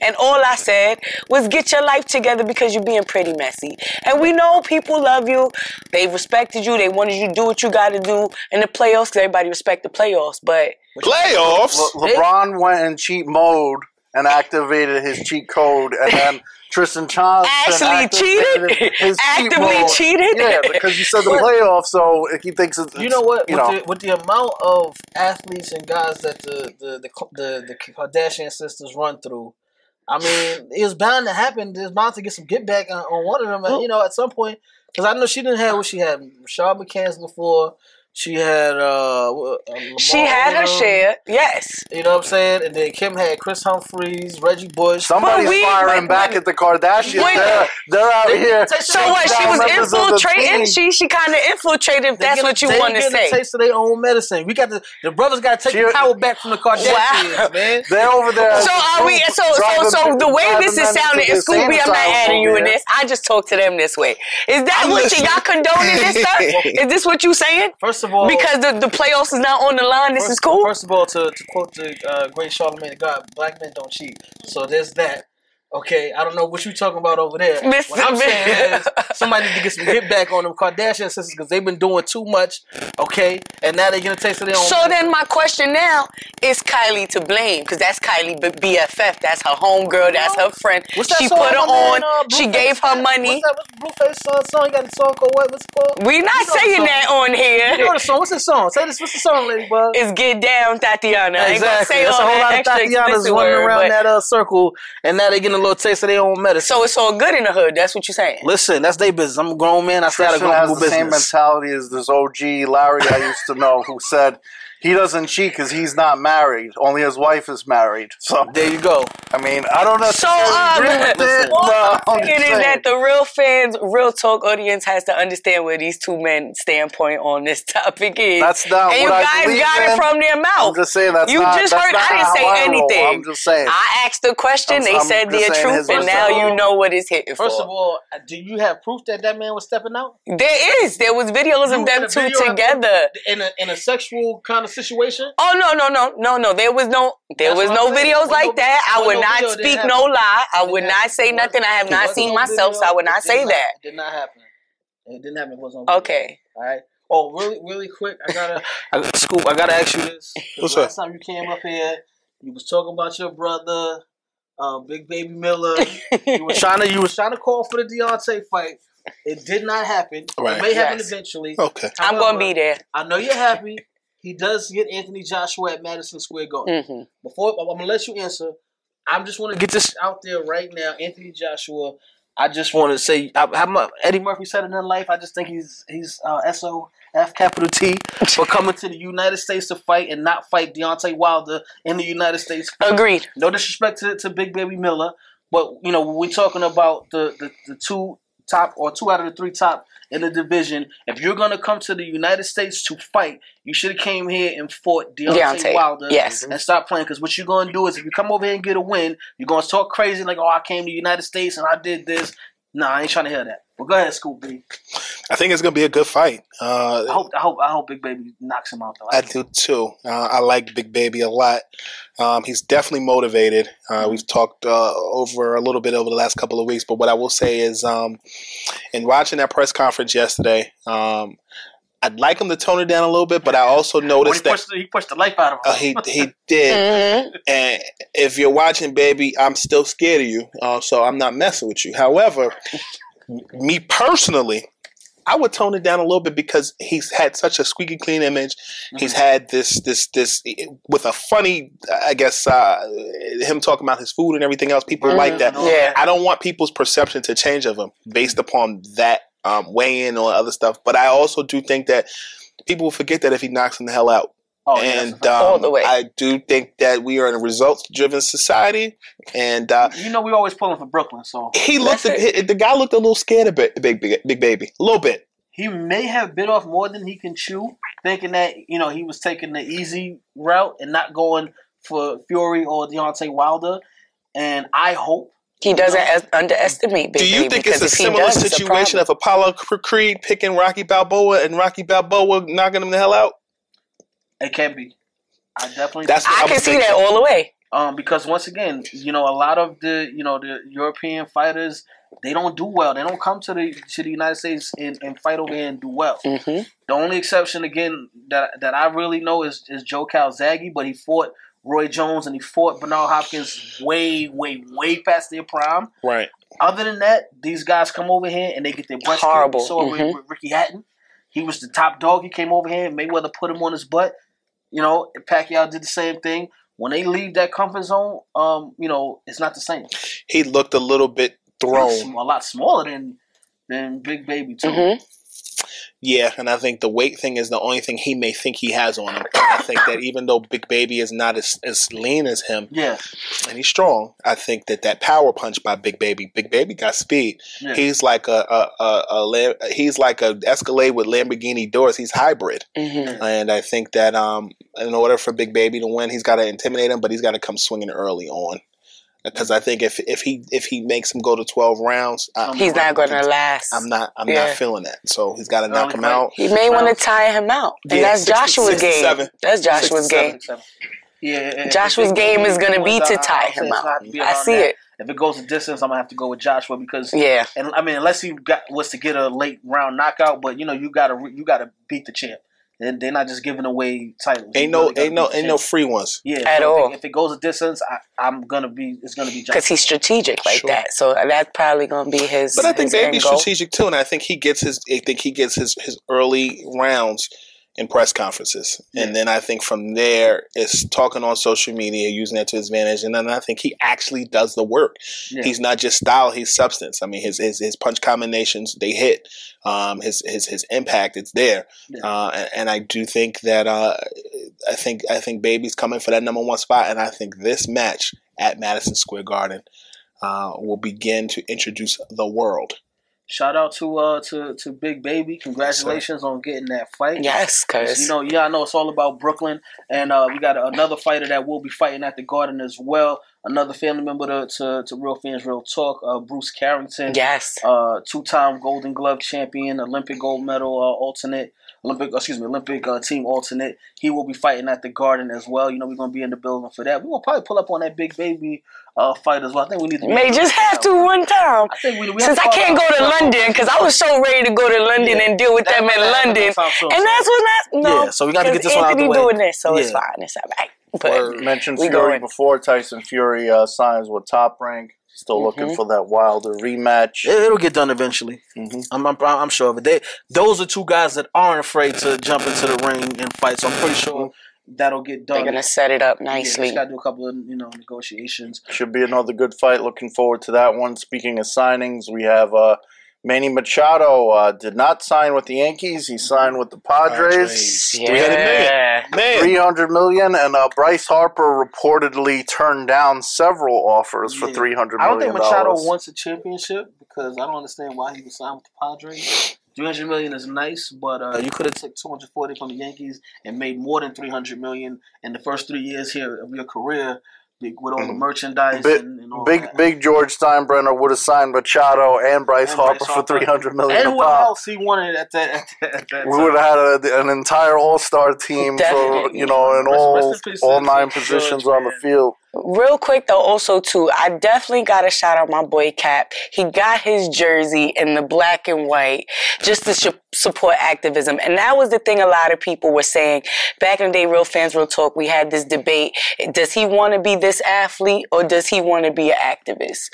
Speaker 4: and all I said was get your life together because you're being pretty messy. And we know people love you, they respected you, they wanted you to do what you got to do in the playoffs because everybody respect the playoffs. But
Speaker 3: Playoffs.
Speaker 2: Le- LeBron went in cheat mode and activated his cheat code, and then Tristan Thompson
Speaker 4: Actually
Speaker 2: activated
Speaker 4: cheated?
Speaker 2: His cheat
Speaker 4: Actively
Speaker 2: mode.
Speaker 4: cheated?
Speaker 2: Yeah, because you said the playoffs, so he thinks it's
Speaker 1: you know what?
Speaker 2: You
Speaker 1: with,
Speaker 2: know,
Speaker 1: The, with the amount of athletes and guys that the the the, the, the Kardashian sisters run through, I mean, it's bound to happen. There's bound to get some get back on, on one of them. You know, at some point, because I know she didn't have what she had. Rashad McCants before. She had uh, what, uh, Lamar
Speaker 4: She had her
Speaker 1: Odom,
Speaker 4: share. Yes.
Speaker 1: You know what I'm saying? And then Kim had Chris Humphries, Reggie Bush.
Speaker 2: Somebody's
Speaker 4: But we-
Speaker 2: firing
Speaker 4: but-
Speaker 2: back at the Kardashians.
Speaker 4: Wait.
Speaker 2: They're, they're out
Speaker 1: They-
Speaker 2: here.
Speaker 1: they-
Speaker 4: So what? She
Speaker 2: down
Speaker 4: was
Speaker 2: members of the team.
Speaker 4: infiltrating. She she kind of infiltrated. If
Speaker 1: They
Speaker 4: that's
Speaker 1: get-
Speaker 4: what you
Speaker 1: they
Speaker 4: want to
Speaker 1: get a
Speaker 4: say.
Speaker 1: taste of their own medicine. We got the the brothers got to take the
Speaker 2: She-
Speaker 1: power back from the Kardashians,
Speaker 4: Wow.
Speaker 1: man.
Speaker 2: They're over there.
Speaker 4: So are we? So so
Speaker 2: driving-
Speaker 4: so the way
Speaker 2: driving
Speaker 4: this is
Speaker 2: them into
Speaker 4: sounding,
Speaker 2: this
Speaker 4: Scooby, I'm not
Speaker 2: asylum
Speaker 4: adding you
Speaker 2: over
Speaker 4: in
Speaker 2: here.
Speaker 4: this. I just talk to them this way. Is that
Speaker 3: I'm
Speaker 4: what you,
Speaker 3: listening.
Speaker 4: y'all condoning this, sir? Is this what you saying?
Speaker 1: First of all,
Speaker 4: Because the, the playoffs is not on the line. This
Speaker 1: first,
Speaker 4: is cool.
Speaker 1: First of all, to, to quote the uh, great Charlemagne the God, black men don't cheat. So there's that. Okay, I don't know what you're talking about over there.
Speaker 4: Miss-
Speaker 1: what I'm saying is somebody need to get some get back on them Kardashian sisters because they've been doing too much. Okay, and now they get a taste of their own.
Speaker 4: So then my question now is Kylie to blame because that's Kylie B- BFF. That's her homegirl. That's her friend.
Speaker 1: What's that
Speaker 4: she
Speaker 1: song
Speaker 4: put her
Speaker 1: my man, uh,
Speaker 4: on. she
Speaker 1: Blueface
Speaker 4: gave
Speaker 1: got?
Speaker 4: her money.
Speaker 1: What's that? What's Blueface song? song? He got a song called what? What's it called?
Speaker 4: We
Speaker 1: You
Speaker 4: not
Speaker 1: know the
Speaker 4: saying
Speaker 1: song.
Speaker 4: that on
Speaker 1: You know
Speaker 4: here.
Speaker 1: the song. What's the song? Say this. What's the song, Ladybug?
Speaker 4: It's get down, Tatiana. I ain't gonna
Speaker 1: Exactly.
Speaker 4: say
Speaker 1: That's a
Speaker 4: all
Speaker 1: whole
Speaker 4: that
Speaker 1: lot of
Speaker 4: extra
Speaker 1: Tatianas
Speaker 4: explicit
Speaker 1: running
Speaker 4: word,
Speaker 1: around
Speaker 4: but-
Speaker 1: that uh, circle, and now they getting a little taste of their own medicine.
Speaker 4: So it's all good in the hood. That's what you saying.
Speaker 1: Listen, that's their business. I'm a grown man. I stay out of
Speaker 2: Christian
Speaker 1: grown
Speaker 2: has the
Speaker 1: people
Speaker 2: same
Speaker 1: business.
Speaker 2: mentality as this OG Larry I used to know who said he doesn't cheat because he's not married. Only his wife is married. So
Speaker 1: There you go.
Speaker 2: I mean, I don't know.
Speaker 4: So, um,
Speaker 1: Listen.
Speaker 2: no, uh, I'm
Speaker 4: It
Speaker 2: just
Speaker 4: is
Speaker 2: saying.
Speaker 4: that the real fans, real talk audience has to understand where these two men standpoint on this topic is.
Speaker 2: That's not
Speaker 4: and
Speaker 2: what I
Speaker 4: you guys
Speaker 2: believe
Speaker 4: got
Speaker 2: in.
Speaker 4: it from their mouth.
Speaker 2: I'm just saying that's
Speaker 4: you
Speaker 2: not-
Speaker 4: just
Speaker 2: that's
Speaker 4: heard.
Speaker 2: not
Speaker 4: I didn't
Speaker 2: how I
Speaker 4: say
Speaker 2: roll.
Speaker 4: anything.
Speaker 2: I'm just saying.
Speaker 4: I asked the question.
Speaker 2: I'm-
Speaker 4: they
Speaker 2: I'm just
Speaker 4: said their
Speaker 2: saying
Speaker 4: truth,
Speaker 2: his
Speaker 4: and
Speaker 2: first
Speaker 4: now
Speaker 1: of
Speaker 4: you
Speaker 1: all-
Speaker 4: know what it's hitting
Speaker 1: First
Speaker 4: for.
Speaker 1: of all, uh, do you have proof that that man was stepping out?
Speaker 4: there is. There was videos
Speaker 1: You
Speaker 4: of
Speaker 1: in
Speaker 4: them
Speaker 1: a
Speaker 4: two
Speaker 1: video of-
Speaker 4: together.
Speaker 1: in a in a sexual kind of situation?
Speaker 4: Oh no no no no no! There was no there
Speaker 1: That's
Speaker 4: was
Speaker 1: what I'm
Speaker 4: no
Speaker 1: saying.
Speaker 4: videos
Speaker 1: There was
Speaker 4: like
Speaker 1: no-
Speaker 4: that.
Speaker 1: there
Speaker 4: I
Speaker 1: was
Speaker 4: would
Speaker 1: no
Speaker 4: not
Speaker 1: video that
Speaker 4: speak
Speaker 1: happened.
Speaker 4: no lie. I
Speaker 1: It
Speaker 4: would
Speaker 1: didn't
Speaker 4: not
Speaker 1: happen.
Speaker 4: say
Speaker 1: It wasn't-
Speaker 4: nothing. I have
Speaker 1: it
Speaker 4: not
Speaker 1: wasn't
Speaker 4: seen
Speaker 1: no
Speaker 4: myself, so
Speaker 1: video.
Speaker 4: I would not
Speaker 1: It did
Speaker 4: say that.
Speaker 1: It did not happen. It didn't happen. It wasn't. on video.
Speaker 4: Okay.
Speaker 1: All right. Oh, really, really quick. I gotta, I, Scoop. I gotta ask you this. 'Cause
Speaker 3: What's
Speaker 1: last time you came up here, you was talking about your brother, uh, Big Baby Miller. you was trying to, you was trying to call for the Deontay fight. It did not happen.
Speaker 3: Right.
Speaker 1: It may happen
Speaker 4: Yes.
Speaker 1: eventually.
Speaker 3: Okay.
Speaker 4: I'm gonna
Speaker 1: However,
Speaker 4: be there.
Speaker 1: I know you're happy. He does get Anthony Joshua at Madison Square Garden.
Speaker 4: hmm
Speaker 1: Before I'm gonna let you answer, I'm just want to get this out there right now. Anthony Joshua, I just want to say, I, how much Eddie Murphy said it in life. I just think he's he's uh, S O F capital T for coming to the United States to fight and not fight Deontay Wilder in the United States.
Speaker 4: Agreed.
Speaker 1: No disrespect to, to Big Baby Miller, but you know when we're talking about the, the the two top or two out of the three top in the division. If you're gonna come to the United States to fight, you should have came here and fought Deontay,
Speaker 4: Deontay,
Speaker 1: Wilder.
Speaker 4: yes.
Speaker 1: and stop playing because what you're gonna do is if you come over here and get a win, you're gonna talk crazy like, "Oh, I came to the United States and I did this." Nah, I ain't trying to hear that. But go ahead, Scoop B.
Speaker 3: I think it's gonna be a good fight. Uh,
Speaker 1: I hope I hope I hope Big Baby knocks him out though.
Speaker 3: I do too. Uh, I like Big Baby a lot. Um, he's definitely motivated. Uh, we've talked uh, over a little bit over the last couple of weeks, but what I will say is, um, in watching that press conference yesterday, um, I'd like him to tone it down a little bit, but I also
Speaker 1: When he
Speaker 3: noticed that
Speaker 1: pushed, the- he pushed the life out of him.
Speaker 3: uh, he he did.
Speaker 4: hmm
Speaker 3: And if you're watching, baby, I'm still scared of you, uh, so I'm not messing with you. However, m- me personally, I would tone it down a little bit because he's had such a squeaky clean image. He's had this this this with a funny, I guess, uh, him talking about his food and everything else. People like that.
Speaker 4: Mm-hmm. Yeah.
Speaker 3: I don't want people's perception to change of him based upon that um, weigh-in or other stuff. But I also do think that people will forget that if he knocks him the hell out.
Speaker 1: Oh, yeah, that's a
Speaker 3: and
Speaker 1: fact.
Speaker 3: um,
Speaker 4: All the way.
Speaker 3: I do think that we are in a results-driven society, and uh,
Speaker 1: you know we always pulling for Brooklyn, so
Speaker 3: he looked.
Speaker 4: That's
Speaker 3: he- the guy looked a little scared of Ba- big, big, big baby, a little bit.
Speaker 1: he may have bit off more than he can chew, thinking that you know he was taking the easy route and not going for Fury or Deontay Wilder. And I hope
Speaker 4: He doesn't as- underestimate Big
Speaker 3: Do you
Speaker 4: Baby
Speaker 3: think it's
Speaker 4: because
Speaker 3: a
Speaker 4: if he
Speaker 3: similar
Speaker 4: does, it's a
Speaker 3: situation of
Speaker 4: problem.
Speaker 3: Apollo C- Creed picking Rocky Balboa and Rocky Balboa knocking him the hell out?
Speaker 1: it can be. I definitely
Speaker 3: That's
Speaker 4: I
Speaker 3: I'm
Speaker 4: can see
Speaker 3: thinking.
Speaker 4: that all the way.
Speaker 1: um, because once again, you know, a lot of the you know the European fighters they don't do well. They don't come to the to the United States and, and fight over here and do well.
Speaker 4: hmm
Speaker 1: The only exception again that that I really know is is Joe Calzaghe, but he fought Roy Jones and he fought Bernard Hopkins way, way, way past their prime.
Speaker 3: Right.
Speaker 1: Other than that, these guys come over here and they get their butts kicked.
Speaker 4: Horrible.
Speaker 1: So
Speaker 4: Mhm.
Speaker 3: Mm-hmm.
Speaker 1: Ricky Hatton, he was the top dog. He came over here and Mayweather put him on his butt. You know, Pacquiao did the same thing. When they leave that comfort zone, um, you know, it's not the same.
Speaker 3: He looked a little bit
Speaker 1: It's
Speaker 3: thrown. Mm-hmm.
Speaker 1: a lot smaller than than Big Baby too.
Speaker 4: hmm
Speaker 3: Yeah, and I think the weight thing is the only thing he may think he has on him. I think that even though Big Baby is not as, as lean as him,
Speaker 1: Yeah.
Speaker 3: and he's strong. I think that that power punch by Big Baby, Big Baby got speed.
Speaker 1: Yeah.
Speaker 3: He's like a, a, a, a Lam- he's like a Escalade with Lamborghini doors. He's hybrid,
Speaker 4: Mm-hmm.
Speaker 3: and I think that um, in order for Big Baby to win, he's got to intimidate him, but he's got to come swinging early on. Because I think if if he if he makes him go to twelve rounds, I,
Speaker 4: He's not going to last.
Speaker 3: I'm not I'm
Speaker 4: Yeah.
Speaker 3: not feeling that. So he's got to knock him
Speaker 1: fight.
Speaker 3: out.
Speaker 4: He may want to tire him out, and
Speaker 3: Yeah,
Speaker 4: that's
Speaker 3: six to-
Speaker 4: Joshua's
Speaker 3: six to
Speaker 4: game.
Speaker 3: seven.
Speaker 4: That's Joshua's
Speaker 1: Six to
Speaker 4: game.
Speaker 1: seven, seven. Yeah, yeah, yeah. If
Speaker 4: Joshua's
Speaker 1: it-
Speaker 4: game is gonna be
Speaker 1: if it
Speaker 4: to
Speaker 1: goes
Speaker 4: tie
Speaker 1: out,
Speaker 4: him
Speaker 1: uh, it's
Speaker 4: out.
Speaker 1: not to be
Speaker 4: I
Speaker 1: around
Speaker 4: see
Speaker 1: that.
Speaker 4: it.
Speaker 1: If it goes a distance, I'm gonna have to go with Joshua because
Speaker 4: Yeah.
Speaker 1: and I mean unless he got was to get a late round knockout, but you know you gotta re- you gotta beat the champ, and they're not just giving away titles. You
Speaker 3: Ain't no
Speaker 1: really gotta
Speaker 3: ain't no
Speaker 1: beat the
Speaker 3: ain't no
Speaker 1: champ.
Speaker 3: free ones.
Speaker 1: yeah
Speaker 4: At
Speaker 1: so if it-
Speaker 4: all.
Speaker 1: If it goes a distance, I, I'm gonna be it's gonna be Joshua.
Speaker 4: because he's strategic like
Speaker 3: Sure.
Speaker 4: that. So uh, that's probably going to be his.
Speaker 3: But I think
Speaker 4: his
Speaker 3: they'd
Speaker 4: end
Speaker 3: be
Speaker 4: goal.
Speaker 3: strategic too, and I think he gets his. I think he gets his his early rounds in press conferences, and then I think from there it's talking on social media, using that to his advantage, and then I think he actually does the work.
Speaker 1: Yeah.
Speaker 3: He's not just style; he's substance. I mean, his his, his punch combinations they hit. Um, his his his impact it's there,
Speaker 1: Yeah.
Speaker 3: uh, and, and I do think that uh, I think I think Baby's coming for that number one spot, and I think this match at Madison Square Garden. Uh, will begin to introduce the world
Speaker 1: Shout out to uh to to Big Baby. Congratulations on getting that fight.
Speaker 4: Yes, because
Speaker 1: You know, yeah, I know it's all about Brooklyn, and uh, we got another fighter that will be fighting at the Garden as well. Another family member to to, to Real Fans Real Talk, uh, Bruce Carrington,
Speaker 4: yes,
Speaker 1: uh, two-time Golden Glove champion, Olympic gold medal uh, alternate, Olympic excuse me, Olympic uh, team alternate. He will be fighting at the Garden as well. You know, we're gonna be in the building for that. We will probably pull up on that Big Baby uh, fight as well. I think we need to.
Speaker 4: you may just have to one time.
Speaker 1: I think we, we have
Speaker 4: Since
Speaker 1: to
Speaker 4: I
Speaker 1: follow-
Speaker 4: can't go to London, because I was so ready to go to London and deal with
Speaker 1: That
Speaker 4: them
Speaker 1: might
Speaker 4: in
Speaker 1: not happen
Speaker 4: London, and that's
Speaker 1: anytime soon, so-
Speaker 4: what not. No,
Speaker 1: Yeah, so we gotta
Speaker 4: 'cause
Speaker 1: get this one out
Speaker 4: Anthony
Speaker 1: the way.
Speaker 4: doing this, so it's
Speaker 1: Yeah.
Speaker 4: fine. It's all right. But
Speaker 2: Mentioned
Speaker 4: we
Speaker 2: Fury
Speaker 4: going.
Speaker 2: before Tyson Fury uh, signs with Top Rank. Still
Speaker 4: Mm-hmm.
Speaker 2: looking for that Wilder rematch.
Speaker 1: It- It'll get done eventually.
Speaker 2: Mhm.
Speaker 1: I'm, I'm I'm sure of it. They those are two guys that aren't afraid to jump into the ring and fight. So I'm pretty sure
Speaker 2: Mm-hmm.
Speaker 1: that'll get done.
Speaker 4: they're gonna set it up
Speaker 1: Yeah,
Speaker 4: nicely.
Speaker 1: just gotta do a couple of you know negotiations.
Speaker 2: Should be another good fight. Looking forward to that one. Speaking of signings, we have uh, Manny Machado uh, did not sign with the Yankees. He signed with the Padres.
Speaker 4: yeah,
Speaker 3: Man,
Speaker 2: Three hundred million, and uh, Bryce Harper reportedly turned down several offers for
Speaker 1: Yeah.
Speaker 2: three hundred
Speaker 1: I
Speaker 2: million.
Speaker 1: don't think Machado
Speaker 2: dollars.
Speaker 1: wants a championship because I don't understand why he was signed with the Padres. Three hundred million is nice, but uh, you could have took two hundred forty from the Yankees and made more than three hundred million in the first three years here of your career big- with all the merchandise
Speaker 2: Mm-hmm. Big-
Speaker 1: and, and all
Speaker 2: Big
Speaker 1: that.
Speaker 2: big George Steinbrenner would have signed Machado and Bryce
Speaker 1: And
Speaker 2: Harper
Speaker 1: Bryce
Speaker 2: for
Speaker 1: Harper.
Speaker 2: three hundred million.
Speaker 1: and
Speaker 2: a
Speaker 1: what
Speaker 2: pop.
Speaker 1: else he wanted at that at that, at that
Speaker 2: We
Speaker 1: time.
Speaker 2: would have had a, an entire All Star team for
Speaker 4: Definitely.
Speaker 2: you know in
Speaker 1: Rest-
Speaker 2: all
Speaker 1: rest in peace
Speaker 2: all
Speaker 1: to-
Speaker 2: nine
Speaker 1: to
Speaker 2: positions
Speaker 1: George,
Speaker 2: on the
Speaker 1: man.
Speaker 2: field.
Speaker 4: Real quick though, also too, I definitely got to shout out my boy Cap. He got his jersey in the black and white just to su- support activism, and that was the thing a lot of people were saying back in the day. Real fans, real talk. We had this debate: Does he want to be this athlete or does he want to be an activist?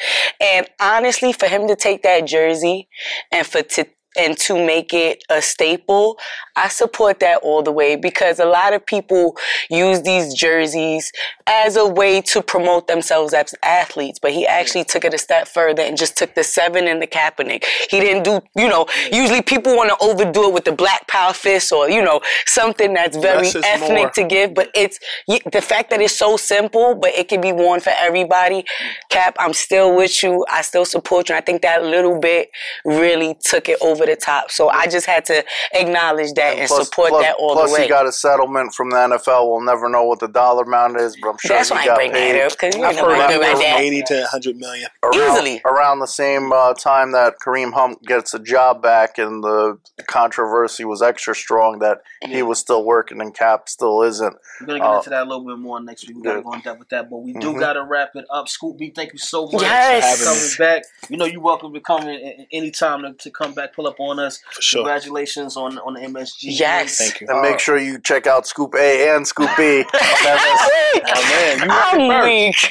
Speaker 4: And honestly, for him to take that jersey and for to and to make it a staple, I support that all the way because a lot of people use these jerseys as a way to promote themselves as athletes. But he actually took it a step further and just took the seven and the Kaepernick. He didn't do, you know, usually people want to overdo it with the black power fist or, you know, something that's very
Speaker 3: Less is
Speaker 4: ethnic
Speaker 3: more.
Speaker 4: to give. But it's y- the fact that it's so simple, but it can be worn for everybody. Cap, I'm still with you. I still support you. I think that little bit really took it over the top. So I just had to acknowledge that and, support that all
Speaker 2: plus
Speaker 4: the way.
Speaker 2: he got a settlement from the NFL. We'll never know what the dollar amount is, but I'm sure
Speaker 4: That's
Speaker 2: he
Speaker 4: why I
Speaker 2: got
Speaker 4: bring
Speaker 2: paid
Speaker 4: that up because you
Speaker 3: I've
Speaker 4: know
Speaker 3: heard
Speaker 4: I
Speaker 3: that
Speaker 4: do
Speaker 3: from
Speaker 4: like that.
Speaker 3: eighty to hundred million.
Speaker 2: around,
Speaker 4: Easily.
Speaker 2: around the same uh, time that Kareem Hump gets a job back, and the controversy was extra strong that
Speaker 4: Mm-hmm.
Speaker 2: he was still working and Cap still isn't.
Speaker 1: We're gonna get
Speaker 2: Uh,
Speaker 1: into that a little bit more next week. We gotta
Speaker 2: yeah.
Speaker 1: go in depth with that, but we do
Speaker 2: Mhm.
Speaker 1: gotta wrap it up. Scoop B, thank you so much
Speaker 4: Yes.
Speaker 1: for coming back. You know, you're welcome to come in- in any time to, to come back. Pull up on us. For
Speaker 3: sure.
Speaker 1: Congratulations on on the MSG.
Speaker 4: Yes.
Speaker 3: Thank you.
Speaker 2: And
Speaker 4: Uh.
Speaker 2: make
Speaker 1: Uh,
Speaker 2: sure you check out Scoop A and Scoop B.
Speaker 3: man,
Speaker 4: I'm weak.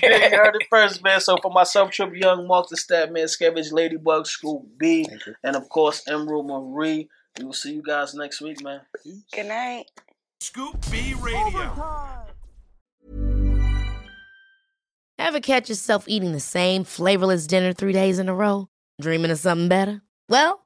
Speaker 1: Yeah, you heard it first, man. So for myself, Trip Young, Mark the Stat Man, Scavenge, Ladybug, Scoop B, and of course Emerald Marie. We will see you guys next week, man.
Speaker 4: Good night.
Speaker 6: Ever catch yourself eating the same flavorless dinner three days in a row? Dreaming of something better? Well,